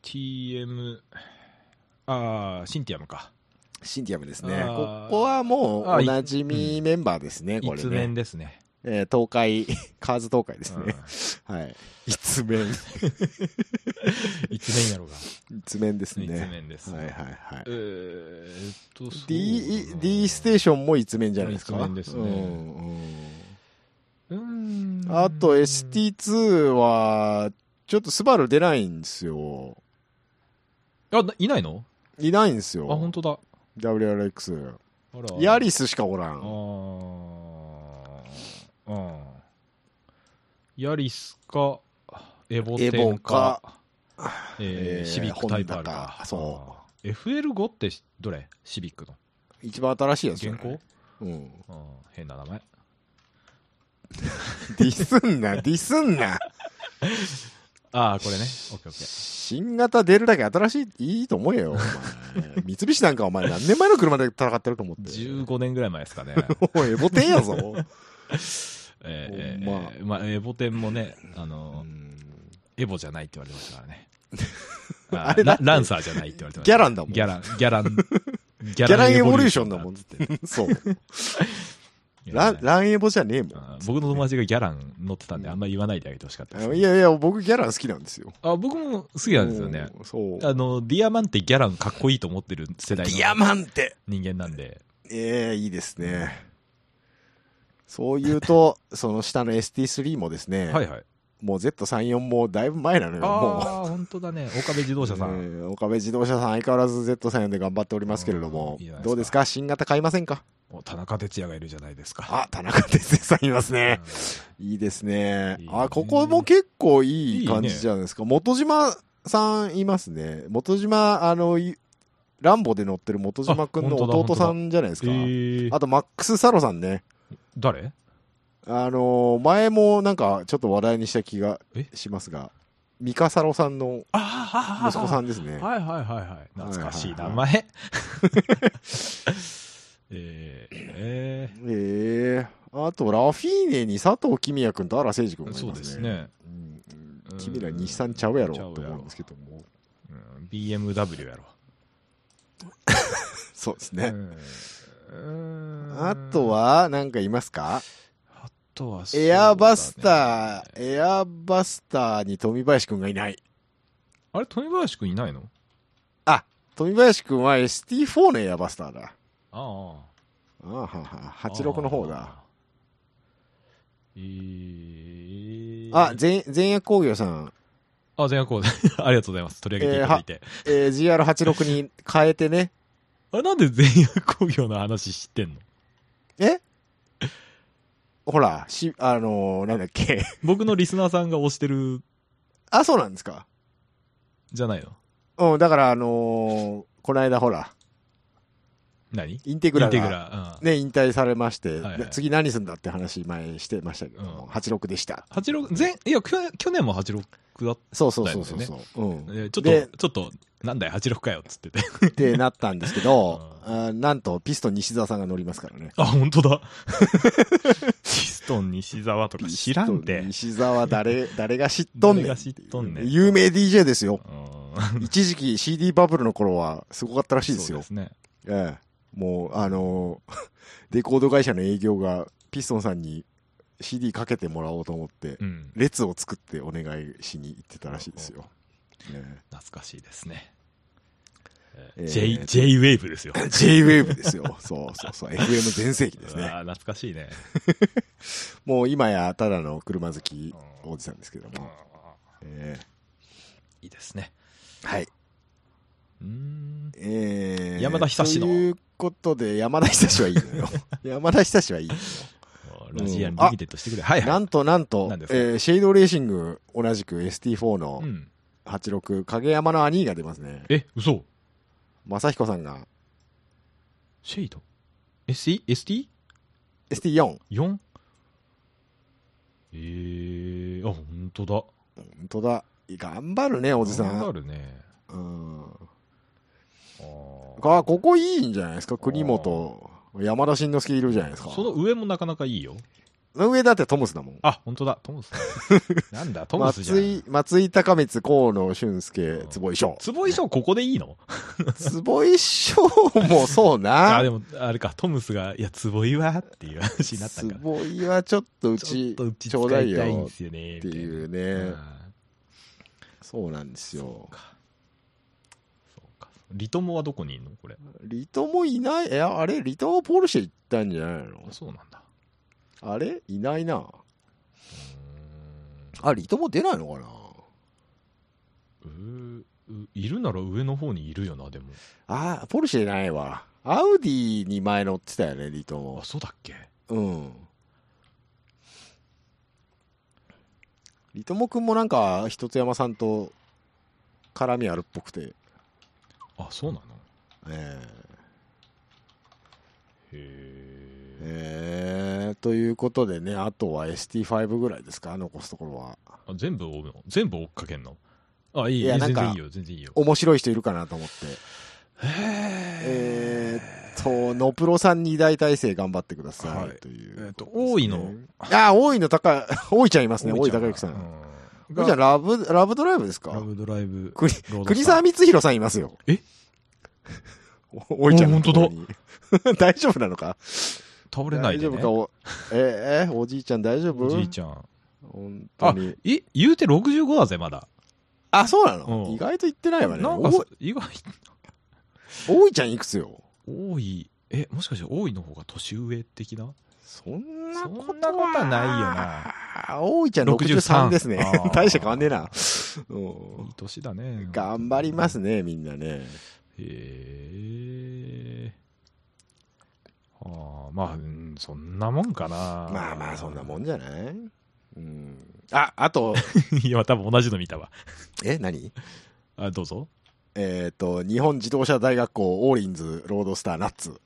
Speaker 1: KTM、ああ、シンティアムか。
Speaker 2: シンティアムですね。
Speaker 1: あ
Speaker 2: こ
Speaker 1: ー
Speaker 2: こはもう
Speaker 1: あ
Speaker 2: お
Speaker 1: ーい
Speaker 2: なじみメンバーですね、これ
Speaker 1: 一
Speaker 2: ね。
Speaker 1: 面ですね。
Speaker 2: えー東海、 カーズ東海です
Speaker 1: うん
Speaker 2: ね。はい。一面。
Speaker 1: 一面やろう が。
Speaker 2: 一面です
Speaker 1: 一
Speaker 2: ね。
Speaker 1: 面です。
Speaker 2: はいは
Speaker 1: い。
Speaker 2: いはい
Speaker 1: え。ーっと、そう
Speaker 2: D
Speaker 1: だ、な
Speaker 2: D ステーションも一面じゃないですか。
Speaker 1: 一面ですね
Speaker 2: うんうん
Speaker 1: うーん
Speaker 2: あと ST2 は、ちょっとスバル出ないんですよ。
Speaker 1: あ、ないないの
Speaker 2: いないんです
Speaker 1: あ、本
Speaker 2: よ。
Speaker 1: 当だ。
Speaker 2: WRX。
Speaker 1: あら
Speaker 2: ヤリスしかおら
Speaker 1: あ
Speaker 2: ん。
Speaker 1: ーうん。ヤリスか、エボテ
Speaker 2: エボ
Speaker 1: ン
Speaker 2: ン
Speaker 1: か
Speaker 2: か、
Speaker 1: えー
Speaker 2: えー
Speaker 1: シビックタイプある
Speaker 2: ホンダ
Speaker 1: か。
Speaker 2: か。そう
Speaker 1: FL5 ってどれシビックの。
Speaker 2: 一番新しいやつじゃ
Speaker 1: 現
Speaker 2: ない。
Speaker 1: 行
Speaker 2: うん。
Speaker 1: うん、変な名前。
Speaker 2: ディスんな、ディスんな。
Speaker 1: ああ、これね。オ ッケーオッケー。
Speaker 2: 新型出るだけ新しい、いいと思え よ、お前三菱なんかお前何年前の車で戦ってると思って。
Speaker 1: 15年ぐらい前です かね。
Speaker 2: おい、エボテンやぞ。
Speaker 1: えーえ
Speaker 2: ほんま
Speaker 1: ーえーまあ、エボテンもね、あ
Speaker 2: う
Speaker 1: の、
Speaker 2: ん
Speaker 1: エボじゃないって言われてましたから ね。
Speaker 2: あれだ
Speaker 1: ラ
Speaker 2: って
Speaker 1: ランサーじゃないって言われてました。
Speaker 2: ギャランだもん
Speaker 1: ギャラン、ギャラン、ギ
Speaker 2: ギャランエボリューションだも
Speaker 1: っ
Speaker 2: んっ
Speaker 1: つっ。
Speaker 2: つってて。そう。
Speaker 1: いや
Speaker 2: ラン、ランエボじゃねえも
Speaker 1: あ
Speaker 2: ん。
Speaker 1: 僕の友達がギャラン乗ってたんで、あんまり言わないであげてほしかったです、
Speaker 2: いやいや、僕ギャラン好きなんですよ。
Speaker 1: あ、僕も好きなんですよね。
Speaker 2: うん。そう。
Speaker 1: あの、ディアマンってギャランかっこいいと思ってる世代
Speaker 2: デ
Speaker 1: の
Speaker 2: ィアマンテ
Speaker 1: 人間なんで。
Speaker 2: ええいいですね。そう言うと、その下の ST3 もですね、
Speaker 1: はいはい。
Speaker 2: もう Z34 もだいぶ前なのよ、も
Speaker 1: ああ、本当だね。岡部自動
Speaker 2: う。
Speaker 1: 車さん。
Speaker 2: えー岡部自動車さん、相変わらず Z34 で頑張っておりますけれども、
Speaker 1: うんいいじゃないですか
Speaker 2: どうですか、新型買いませんか
Speaker 1: お田中哲也がいるじゃないですか。
Speaker 2: あ、田中哲也さんいます
Speaker 1: うん
Speaker 2: ね。いいですね
Speaker 1: いい。ね
Speaker 2: あ、ここも結構いい感
Speaker 1: いい
Speaker 2: じ
Speaker 1: ね
Speaker 2: じゃないですか。元島さんいますね。元島、あの、いランボで乗ってる元島くんの
Speaker 1: あ本当だ
Speaker 2: 弟さんじゃないです
Speaker 1: え
Speaker 2: か。
Speaker 1: ー
Speaker 2: あと、マックス・サロさんね。
Speaker 1: 誰
Speaker 2: あのー前もなんかちょっと話題にした気が
Speaker 1: え
Speaker 2: しますが、ミカサロさんの
Speaker 1: あ
Speaker 2: 息子さ
Speaker 1: ん。
Speaker 2: んですね。
Speaker 1: はいはいはいはい。懐かしい名
Speaker 2: は
Speaker 1: 前。えー え
Speaker 2: ええあと、ラフィーネに佐藤公也君と荒誠二君
Speaker 1: ー
Speaker 2: がい
Speaker 1: そ
Speaker 2: ますね。
Speaker 1: うです。ね。
Speaker 2: うん
Speaker 1: うん
Speaker 2: 君ら日産ちゃうやろ
Speaker 1: ちゃうやろ
Speaker 2: と思うんですけども。
Speaker 1: うん BMW やろ。
Speaker 2: そうですね。
Speaker 1: うん
Speaker 2: あとは、なんかいますか
Speaker 1: あとはそうだね、
Speaker 2: エアバスター、エアバスターに富林くんがいない。
Speaker 1: あれ、富林くんいないの
Speaker 2: 富林くんは ST4 のエアバスターだ。
Speaker 1: あ
Speaker 2: あーはーは
Speaker 1: あ。
Speaker 2: ー86の方だ。
Speaker 1: あー。えー、
Speaker 2: あ、前、前夜工業さん、
Speaker 1: あ、全額 ありがとうございます。取り上げていただいて。
Speaker 2: えー GR86 に変えてね。
Speaker 1: あなんで全額工業の話知ってんの
Speaker 2: えほら、し、あのーなんだっけ。
Speaker 1: 僕のリスナーさんが推してる
Speaker 2: あ、そうなんですか。
Speaker 1: じゃないの
Speaker 2: うん、だから、あのーこの間ほら、
Speaker 1: 何イン
Speaker 2: インテ
Speaker 1: テ
Speaker 2: グラ
Speaker 1: グ
Speaker 2: が、
Speaker 1: ラ。うん
Speaker 2: ね、引退されまして、
Speaker 1: はいはい
Speaker 2: で次何するんだって話前してましたけども、
Speaker 1: うん
Speaker 2: 86でした。
Speaker 1: 86、全、いや、去去年も86だっ
Speaker 2: そうそうそうそうそう、
Speaker 1: た、
Speaker 2: うん。
Speaker 1: ね。ちょっ
Speaker 2: で
Speaker 1: と、ちょっと、なんだよ、86かよ、っつってて。
Speaker 2: ってなったんですけど、 あなんとピストン西澤さんが乗りますからね。
Speaker 1: あ、本当だ。ピストン西沢とか知らんて
Speaker 2: ピ。ストン西澤誰、誰が知っとんねん。
Speaker 1: 誰が知っとんねん
Speaker 2: 有名 DJ ですよ。
Speaker 1: うん
Speaker 2: 一時期 CD バブルの頃はすごかったらしいで す
Speaker 1: そう
Speaker 2: よ
Speaker 1: で。すね。
Speaker 2: ええ。もう、あのー レコード会社の営業がピストンさんに CD かけてもらおうと思って、
Speaker 1: うん。
Speaker 2: 列を作ってお願いしに行ってたらしいで すよ。ね
Speaker 1: 懐かしいですね。
Speaker 2: えー
Speaker 1: J、J-Wave ですよ。
Speaker 2: J-Wave ですよ。 そうそうそう。FM 全盛期です
Speaker 1: う
Speaker 2: ね。
Speaker 1: わー懐かしいね。
Speaker 2: もう今やただの車好きおじさんですけど
Speaker 1: うん
Speaker 2: も。え
Speaker 1: いいですね。
Speaker 2: えはい。
Speaker 1: うーん。
Speaker 2: えー、
Speaker 1: 山田久志の
Speaker 2: ということで、山田久志はいい のよ。山田久志はいいのよ。
Speaker 1: ラジアンリミテッドしてくれ。はい
Speaker 2: な
Speaker 1: はい。
Speaker 2: んとなんと
Speaker 1: 何で、すか
Speaker 2: えーシェイドレーシング、同じく ST4 の
Speaker 1: うん。
Speaker 2: 86、影山の兄が出ますね。
Speaker 1: え、嘘
Speaker 2: 正彦さんが
Speaker 1: シェイド ?ST?ST?4?
Speaker 2: ST4。
Speaker 1: えー、あ、本当だ。
Speaker 2: 本当だ。頑張るね、おじさ
Speaker 1: 頑張
Speaker 2: ん。
Speaker 1: るね。
Speaker 2: うん。
Speaker 1: あー
Speaker 2: あ、ここいいんじゃないですか。国本、山田慎之介いるじゃないですか。
Speaker 1: その上もなかなかいいよ。
Speaker 2: の上だってトムスだもん。
Speaker 1: あ、本当だ。ト ムス。なんだ、トムスじゃ
Speaker 2: 松
Speaker 1: ん
Speaker 2: 井。、松井高光、河野俊介、坪井翔。
Speaker 1: 坪井翔ここでいいの
Speaker 2: 坪井翔もそう な。
Speaker 1: あ、でも、あれか、トムスが、いや、坪井はっていう話になったんか。
Speaker 2: 坪井はちょっとう
Speaker 1: ちょ
Speaker 2: ち
Speaker 1: っとうち
Speaker 2: ちょう
Speaker 1: 使
Speaker 2: だい
Speaker 1: いたいん
Speaker 2: よ
Speaker 1: ですよね。
Speaker 2: っていう
Speaker 1: みたい
Speaker 2: ね、
Speaker 1: な。うん
Speaker 2: そうなんですよ
Speaker 1: そうか。そうか。リトモはどこにいんのこれ。
Speaker 2: リトもいないえあれリトもポルシェ行ったんじゃないの
Speaker 1: あそうなんだ。
Speaker 2: あれいないな
Speaker 1: う
Speaker 2: あリトも出ないのかな
Speaker 1: ーんうーういるなら上の方にいるよな、でも。
Speaker 2: あポルシェじゃないわアウディに前乗ってたよねリト
Speaker 1: あ、
Speaker 2: も
Speaker 1: そうだっけ
Speaker 2: うんリトもくんもなんか一つ山さんと絡みあるっぽくて
Speaker 1: あ、そうなの
Speaker 2: ええ
Speaker 1: へえ。
Speaker 2: えー、ということでね、あとは ST5 ぐらいですか、残すところは。
Speaker 1: あ全部追うの全部追っかけんのあ、いい、
Speaker 2: いやなん
Speaker 1: 全
Speaker 2: か
Speaker 1: 然いいよ、全然いいよ。
Speaker 2: 面白い人いるかなと思って。
Speaker 1: へ
Speaker 2: えーっと、ノプロさん2大体制頑張ってください、
Speaker 1: はい
Speaker 2: という、
Speaker 1: えーっと大井の
Speaker 2: あ、大井の高、大井ちゃんいますね、大井高之さん。
Speaker 1: ん
Speaker 2: 大井ちゃん、ラブ、ラブドライブです
Speaker 1: ラ
Speaker 2: か
Speaker 1: ブドライブ。ロード
Speaker 2: 国
Speaker 1: スター
Speaker 2: 国沢光弘さんいますよ。
Speaker 1: え
Speaker 2: お大井ちゃんのところに。
Speaker 1: お
Speaker 2: 大丈夫なのか
Speaker 1: 倒れないで、ね。
Speaker 2: 大丈夫かお、えーえーおじいちゃん大丈夫
Speaker 1: おじいちゃん。
Speaker 2: 本当
Speaker 1: あ
Speaker 2: に。、
Speaker 1: え、言うて65だぜ、まだ。
Speaker 2: あ、そうなの、
Speaker 1: うん
Speaker 2: 意外と言ってないわね。
Speaker 1: なんか
Speaker 2: お、
Speaker 1: 意外、
Speaker 2: 大井ちゃんいくつよ
Speaker 1: 多い、え、もしかして多いの方が年上的な
Speaker 2: そん
Speaker 1: なことはないよな
Speaker 2: あ、大井ちゃん63ですね
Speaker 1: あ。ー
Speaker 2: 大した変わんねえな。
Speaker 1: い
Speaker 2: うん
Speaker 1: い年だね。
Speaker 2: 頑張りますね、みんなね。
Speaker 1: へえ。ああ、まあ、うんそんなもんかな。
Speaker 2: まあまあ、そんな もんじゃないうん。あ、あと、
Speaker 1: 今多分同じの見たわ。
Speaker 2: え、何
Speaker 1: あどうぞ。
Speaker 2: えっ、と、日本自動車大学校オーリンズロードスターナッツ。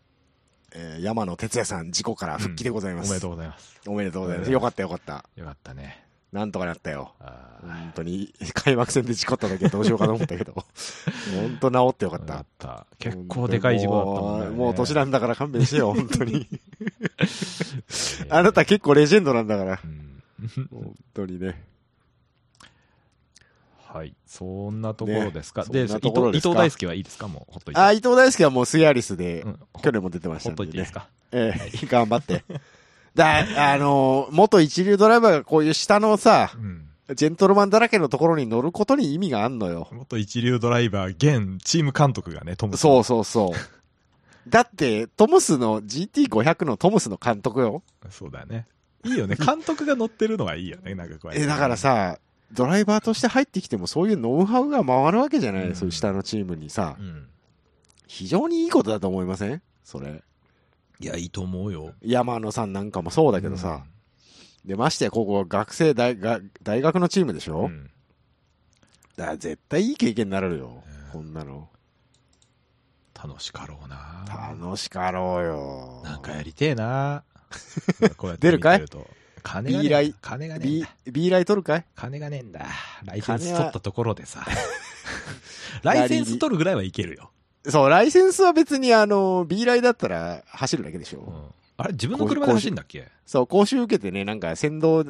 Speaker 2: えー山野哲也さん、事故から復帰でござい
Speaker 1: お
Speaker 2: ま
Speaker 1: め
Speaker 2: す。
Speaker 1: でとうございます。
Speaker 2: おめでとうございま
Speaker 1: おめ
Speaker 2: す。
Speaker 1: で
Speaker 2: よ
Speaker 1: とう
Speaker 2: かったよかった。
Speaker 1: よかったね。
Speaker 2: なんとかなったよ。
Speaker 1: ああ
Speaker 2: 本当に、開幕戦で事故った時はどうしようかと思ったけど、 本当治ってよかっ
Speaker 1: よか
Speaker 2: た
Speaker 1: っ。た。結構でかい事故だったもんね。
Speaker 2: もうもう年
Speaker 1: だ。
Speaker 2: なんだから勘弁し てよ、本当に。 あなた結構レジェンドなんだから。
Speaker 1: うん。
Speaker 2: 本当にね。
Speaker 1: はい。そんなところですか。
Speaker 2: ね
Speaker 1: で
Speaker 2: そんなところ
Speaker 1: 伊
Speaker 2: です
Speaker 1: 藤伊
Speaker 2: か
Speaker 1: 藤大輔はいいですかもうほっといて。
Speaker 2: あ、伊藤大輔はもうスイアリスで
Speaker 1: う、んほ
Speaker 2: 去年も出てまし
Speaker 1: ほっ
Speaker 2: たん
Speaker 1: と
Speaker 2: で
Speaker 1: いていいで
Speaker 2: ね
Speaker 1: す。か。
Speaker 2: ええ、 頑張って。だ、あのー、元一流ドライバーがこういう下のさ
Speaker 1: う、ん。
Speaker 2: ジェントルマンだらけのところに乗ることに意味があんのよ。
Speaker 1: 元一流ドライバー、現チーム監督がね、トム。
Speaker 2: そううそうそう。だって、トムスの GT500 のトムスの監督よ。
Speaker 1: そうだよね。いいよね。監督が乗ってるのはいいよね。なんかこうやって
Speaker 2: え、だから、さ、ドライバーとして入ってきてもそういうノウハウが回るわけじゃない、
Speaker 1: うん
Speaker 2: そういう下のチームにさ
Speaker 1: う。ん。
Speaker 2: 非常にいいことだと思いませんそれ。
Speaker 1: いや、いいと思うよ。
Speaker 2: 山野さんなんかもそうだけどさ。で、ましてや、ここ学生大が大学のチームでし
Speaker 1: う
Speaker 2: ょ、
Speaker 1: ん、うん
Speaker 2: だから絶対いい経験になるよ。
Speaker 1: うん
Speaker 2: こんなの。
Speaker 1: 楽しかろうな。
Speaker 2: 楽しかろうよ。
Speaker 1: なんかやりてえな。こうやって
Speaker 2: 出るかい
Speaker 1: 見てると金がね
Speaker 2: B ライ
Speaker 1: 金がねえん
Speaker 2: B
Speaker 1: だ。、
Speaker 2: B ライ取るかい
Speaker 1: 金がねえんだ。ライセンス
Speaker 2: 金は
Speaker 1: 取ったところでさ。ライセンス取るぐらいはいけるよ。
Speaker 2: そう、ライセンスは別にあの、B ライだったら走るだけでしょ、
Speaker 1: うんあれ、自分の車で走るんだっけ
Speaker 2: そう、講習受けてね、なんか先導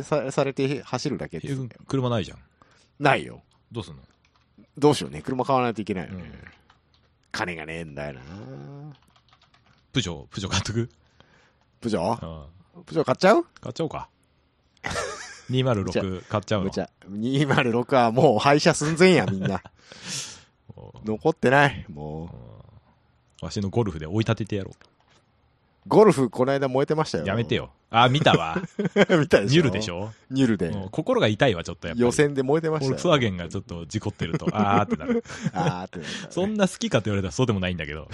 Speaker 2: さされて走るだけです、
Speaker 1: え車ないじゃん。
Speaker 2: ないよ。
Speaker 1: どうすんの
Speaker 2: どうしようね。車買わないといけないよね。
Speaker 1: うん
Speaker 2: 金がねえんだよな。
Speaker 1: プジョー、プジョー監督
Speaker 2: プジョー
Speaker 1: うん。
Speaker 2: プジョー買っちゃう
Speaker 1: 買っちゃおうか。206買っちゃう
Speaker 2: む
Speaker 1: の
Speaker 2: ち。ゃ。206はもう廃車寸 前や、みんな。
Speaker 1: おう
Speaker 2: 残ってない。も
Speaker 1: うんわしのゴルフで追い立ててやろ
Speaker 2: う。ゴルフ、この間燃えてましたよ。
Speaker 1: う。やめて
Speaker 2: よ。
Speaker 1: よ。あ、見た わ。
Speaker 2: 見たでし
Speaker 1: ニ
Speaker 2: ょ。
Speaker 1: ュルでし。ょ
Speaker 2: ニュルで。
Speaker 1: もう心が痛いわ、ちょっとやっぱり。
Speaker 2: 予選で燃えてまし
Speaker 1: フォ
Speaker 2: たよ。
Speaker 1: ルクスワーゲンがちょっと事故ってると、あーってなる。
Speaker 2: あーってなったね
Speaker 1: そんな好きかと言われたらそうでもないんだけど、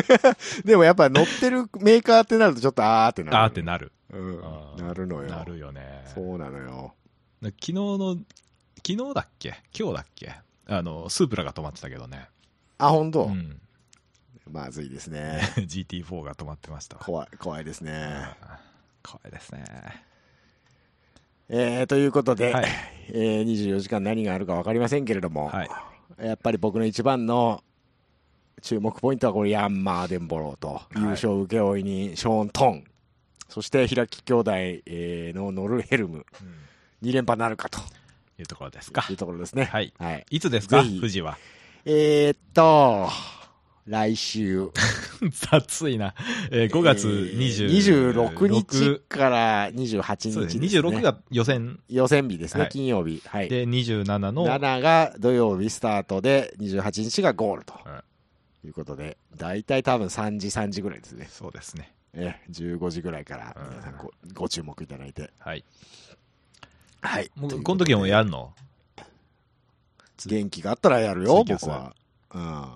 Speaker 2: でもやっぱ乗ってるメーカーってなるとちょっとあーってなる。
Speaker 1: あーってなる。
Speaker 2: うん
Speaker 1: あ。ー
Speaker 2: なるのよ。
Speaker 1: なるよね。
Speaker 2: そうなのよ。
Speaker 1: だ昨日の、昨日だっけ今日だっけあの、スープラが止まってたけどね。
Speaker 2: あ、本当、
Speaker 1: うん。
Speaker 2: まずいですね。
Speaker 1: GT4 が止まってましたわ。
Speaker 2: 怖い、怖いですね。
Speaker 1: 怖いですね。
Speaker 2: えー、ということで、
Speaker 1: はい
Speaker 2: えー、24時間何があるか分かりませんけれども、
Speaker 1: はい。
Speaker 2: やっぱり僕の一番の注目ポイントはこれヤンマーデンボローと、
Speaker 1: い
Speaker 2: 優勝請負人ショーン・トンそして平木兄弟えーのノルヘルム
Speaker 1: うん
Speaker 2: 2連覇なるかと
Speaker 1: いうところですか
Speaker 2: い。うところですね
Speaker 1: はい。
Speaker 2: はい、
Speaker 1: いつですか
Speaker 2: ぜひ
Speaker 1: 富士は。
Speaker 2: えー、っと来週
Speaker 1: 雑いな。えー5月
Speaker 2: えー
Speaker 1: 20
Speaker 2: 26日から28日
Speaker 1: そう
Speaker 2: で
Speaker 1: ですす
Speaker 2: ね
Speaker 1: ね。26が予選
Speaker 2: 予選日ですね、
Speaker 1: はい
Speaker 2: 金曜日はい
Speaker 1: で27の、
Speaker 2: 7が土曜日スタートで28日がゴールと
Speaker 1: うん
Speaker 2: いうことで、大体多分3時3時ぐらいですね、
Speaker 1: そうですね。
Speaker 2: ええ15時ぐらいから
Speaker 1: うん
Speaker 2: 皆さんごご注目いただいて
Speaker 1: はい。
Speaker 2: はい
Speaker 1: も、
Speaker 2: というう
Speaker 1: ことの
Speaker 2: で
Speaker 1: 時もやるの
Speaker 2: 元気があったらやるよ
Speaker 1: 次は
Speaker 2: 僕
Speaker 1: さ
Speaker 2: は、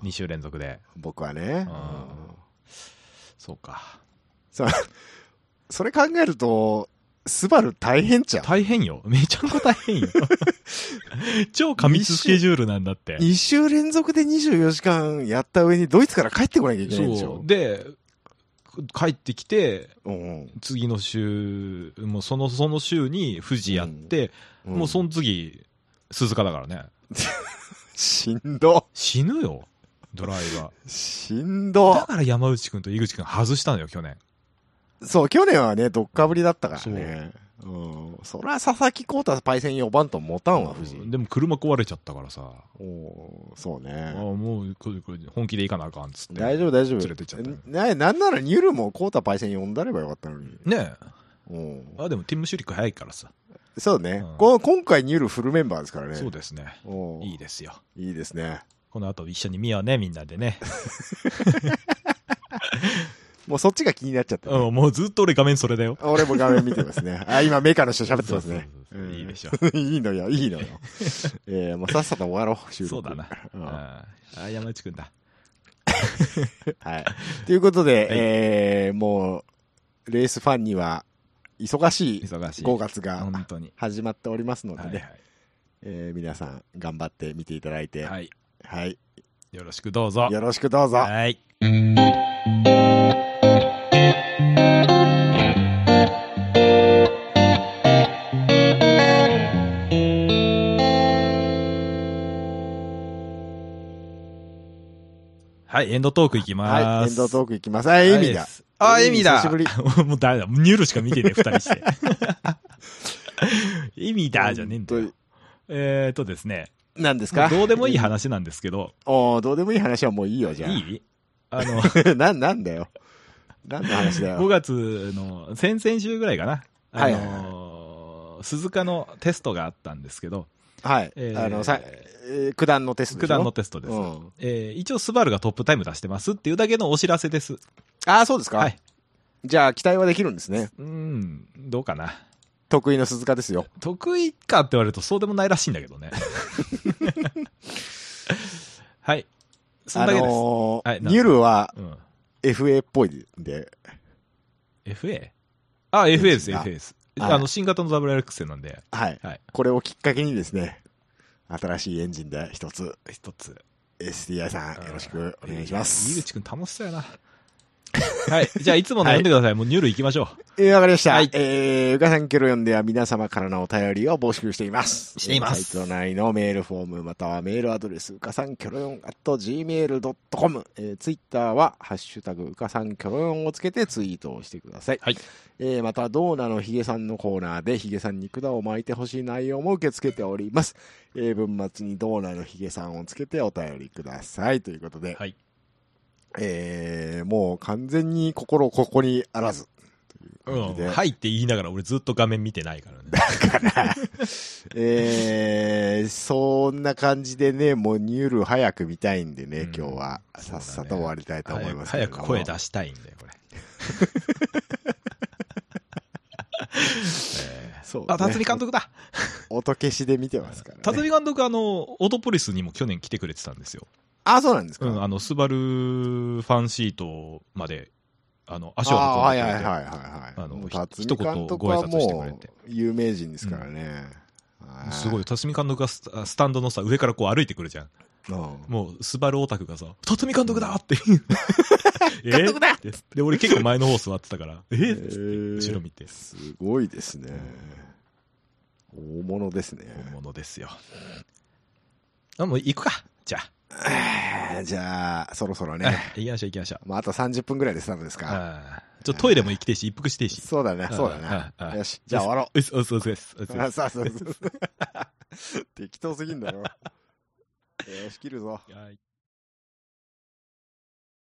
Speaker 2: うん
Speaker 1: ?2 週連続で。
Speaker 2: 僕はね、
Speaker 1: あー
Speaker 2: うん
Speaker 1: そうか。
Speaker 2: そうそれ考えるとスバル大変じゃん
Speaker 1: 大変よ。 めちゃんこ大変 よ。超過密スケジュールなんだって。
Speaker 2: 2週連続で24時間やった上にドイツから帰ってこなきゃいけないんでし
Speaker 1: そ
Speaker 2: ょ
Speaker 1: う。で、帰ってきて、
Speaker 2: うん
Speaker 1: 次の週、もうその、その週に富士やって、
Speaker 2: うん
Speaker 1: もうその次、鈴鹿だからね。
Speaker 2: しんど
Speaker 1: 死ぬよ、ドライバー。
Speaker 2: しんど
Speaker 1: だから山内くんと井口くん外したのよ、去年。
Speaker 2: そう、去年はね、どっかぶりだったからね。うん。そりゃ佐々木幸太パイセン4番と持たんわ、藤
Speaker 1: うん
Speaker 2: 井。
Speaker 1: でも車壊れちゃったからさ。
Speaker 2: おーそう
Speaker 1: あ
Speaker 2: ね。
Speaker 1: もう、これ、これ本気で行かなあかんっつって。
Speaker 2: 大丈夫、大丈
Speaker 1: 連れてっちゃったよ
Speaker 2: 夫。な、なんならニュルも幸太パイセン呼んだればよかったのに。
Speaker 1: ね
Speaker 2: うん
Speaker 1: え。あ、でも、ティム・シュリック早いからさ。
Speaker 2: そうね
Speaker 1: うん。
Speaker 2: こ今回ニュルフルメンバーですからね。
Speaker 1: そうですね。
Speaker 2: おー
Speaker 1: いいですよ。
Speaker 2: いいですね。
Speaker 1: この後一緒に見ようね、みんなでね。
Speaker 2: もうそっちが気になっちゃって、
Speaker 1: うん、もうずっと俺画面それだよ。
Speaker 2: 俺も画面見てますね。あ、今メカの人喋ってますね。
Speaker 1: そうそうそうそう
Speaker 2: うん
Speaker 1: いいでしょ。
Speaker 2: いいのよ、いいのよ。えー、もうさっさと終わろう、収
Speaker 1: そう
Speaker 2: 録。
Speaker 1: だな。
Speaker 2: う
Speaker 1: うんんあー、山内くんだ。
Speaker 2: はい。 ということで、
Speaker 1: はい
Speaker 2: えー、もう、レースファンには、忙しい
Speaker 1: 忙しい。
Speaker 2: 5月が
Speaker 1: 本当に。
Speaker 2: 始まっておりますので
Speaker 1: は
Speaker 2: ね、
Speaker 1: い
Speaker 2: えー皆さん頑張って見ていただいて、
Speaker 1: はい。
Speaker 2: はい。
Speaker 1: はい。よろしくどうぞ。
Speaker 2: よろしくどうぞ。
Speaker 1: はい。はい、エンドトークいきます。
Speaker 2: はい、エンドトークいきます。あ、エミだ。。
Speaker 1: あ、エミだ。
Speaker 2: 久しぶり
Speaker 1: もうダメだ。ニューロしか見てねえ、二人して。 エミだ、じゃねえんだよ
Speaker 2: 本。
Speaker 1: えーとですね、
Speaker 2: 当に何ですか
Speaker 1: どうでもいい。話なんですけど、
Speaker 2: おーどうでもいい話はもういいよ、
Speaker 1: い
Speaker 2: じゃあ。
Speaker 1: いあの、
Speaker 2: な、なんだよ。何の話 だ
Speaker 1: 5
Speaker 2: よ。
Speaker 1: 月の先々週ぐらいかな、あの
Speaker 2: はいはい
Speaker 1: 鈴鹿のテストがあったんですけど、
Speaker 2: はい。
Speaker 1: えー
Speaker 2: あの、さ、えー、九段のテストで
Speaker 1: 九
Speaker 2: しょ
Speaker 1: 段のテストです、
Speaker 2: うん。
Speaker 1: えー一応、スバルがトップタイム出してますっていうだけのお知らせです。
Speaker 2: ああ、そうですか。
Speaker 1: はい、
Speaker 2: じゃあ、期待はできるんですね。
Speaker 1: うん、どうかな、
Speaker 2: 得意の鈴鹿ですよ。
Speaker 1: 得意かって言われると、そうでもないらしいんだけど ね。はい、そんだけです。
Speaker 2: あのー
Speaker 1: はいなん
Speaker 2: ニュルは
Speaker 1: うん
Speaker 2: FA っぽいんで、
Speaker 1: FA? あ、FA です、
Speaker 2: ですが
Speaker 1: FA です。
Speaker 2: はい
Speaker 1: あの新型の WRX なんで、
Speaker 2: はい。
Speaker 1: はい
Speaker 2: これをきっかけにですね、新しいエンジンで一つ、
Speaker 1: 一つ
Speaker 2: STI さん、よろしくお願いしま
Speaker 1: 井
Speaker 2: す。
Speaker 1: 口くん楽しそうやな。はい。じゃあ、いつもの読んでください。 もうニュール行きましょ
Speaker 2: えーわかりました。
Speaker 1: はい
Speaker 2: えー、うかさんキョロ読んでは皆様からのお便りを募集しています。
Speaker 1: しています
Speaker 2: えーサイト内のメールフォームまたはメールアドレス、うかさんキョロヨン at gmail.com。えー、ツイッターは、ハッシュタグうかさんキョロヨンをつけてツイートをしてください。
Speaker 1: はい
Speaker 2: えー、また、ドーナのヒゲさんのコーナーで、ヒゲさんに管を巻いてほしい内容も受け付けております。えー、文末にドーナのヒゲさんをつけてお便りください。ということで、
Speaker 1: はい
Speaker 2: えー、もう完全に心ここにあらず。
Speaker 1: う。
Speaker 2: という感じ
Speaker 1: う
Speaker 2: で
Speaker 1: ん。はいって言いながら、俺ずっと画面見てないからね。
Speaker 2: えー、そんな感じでね、もうニュール早く見たいんでね、
Speaker 1: うん
Speaker 2: 今日は
Speaker 1: そうだ
Speaker 2: さっ
Speaker 1: ね
Speaker 2: さと終わりたい と思い
Speaker 1: 早く
Speaker 2: ます
Speaker 1: 早く声
Speaker 2: し
Speaker 1: 出したいんだよ、これ。えー
Speaker 2: そう、ね、
Speaker 1: あ、辰巳監督だ
Speaker 2: 音消しで見てますから、
Speaker 1: 辰巳
Speaker 2: ね。
Speaker 1: 監督、あの、オートポリスにも去年来てくれてたんですよ。
Speaker 2: あ、そうなんですか。
Speaker 1: うん、あの、スバルファンシートまで、あの、足を
Speaker 2: あー
Speaker 1: 運ん
Speaker 2: はい
Speaker 1: でく
Speaker 2: はい
Speaker 1: れ
Speaker 2: は
Speaker 1: て
Speaker 2: いはい。
Speaker 1: あの
Speaker 2: もう
Speaker 1: ひ
Speaker 2: 辰
Speaker 1: 一
Speaker 2: 巳
Speaker 1: 言
Speaker 2: 監督は
Speaker 1: ご挨拶してくれ
Speaker 2: も
Speaker 1: て
Speaker 2: う有名人ですからね。はい
Speaker 1: すごいよ、。辰巳監督がスあスタンドのさ、上からこう歩いてくるじゃん。
Speaker 2: うん
Speaker 1: もう、スバルオタクがさ、辰巳監督だって。
Speaker 2: 監督だ
Speaker 1: えーってで、俺結構前の方座ってたから、え
Speaker 2: え
Speaker 1: ーって
Speaker 2: ー
Speaker 1: 後ろ見て、
Speaker 2: すごいですね。大物ですね。
Speaker 1: 本物ですよ。あ、もう行くか。じゃあ。
Speaker 2: えーじゃあ、そろそろね。
Speaker 1: 行きましょう行きましょう。
Speaker 2: まあ、あと30分ぐらいでスタートですか。
Speaker 1: あーちょっとトイレも行きてえし、一服してえし。
Speaker 2: そうだね、
Speaker 1: うん
Speaker 2: そうだ
Speaker 1: うんう
Speaker 2: ね。
Speaker 1: ん
Speaker 2: よし、じゃあ終わろ
Speaker 1: うっす、うっす、うっすうっすうっす
Speaker 2: う。さあ、そうそうそう適当すぎんだろ。よし、切るぞ。
Speaker 1: はい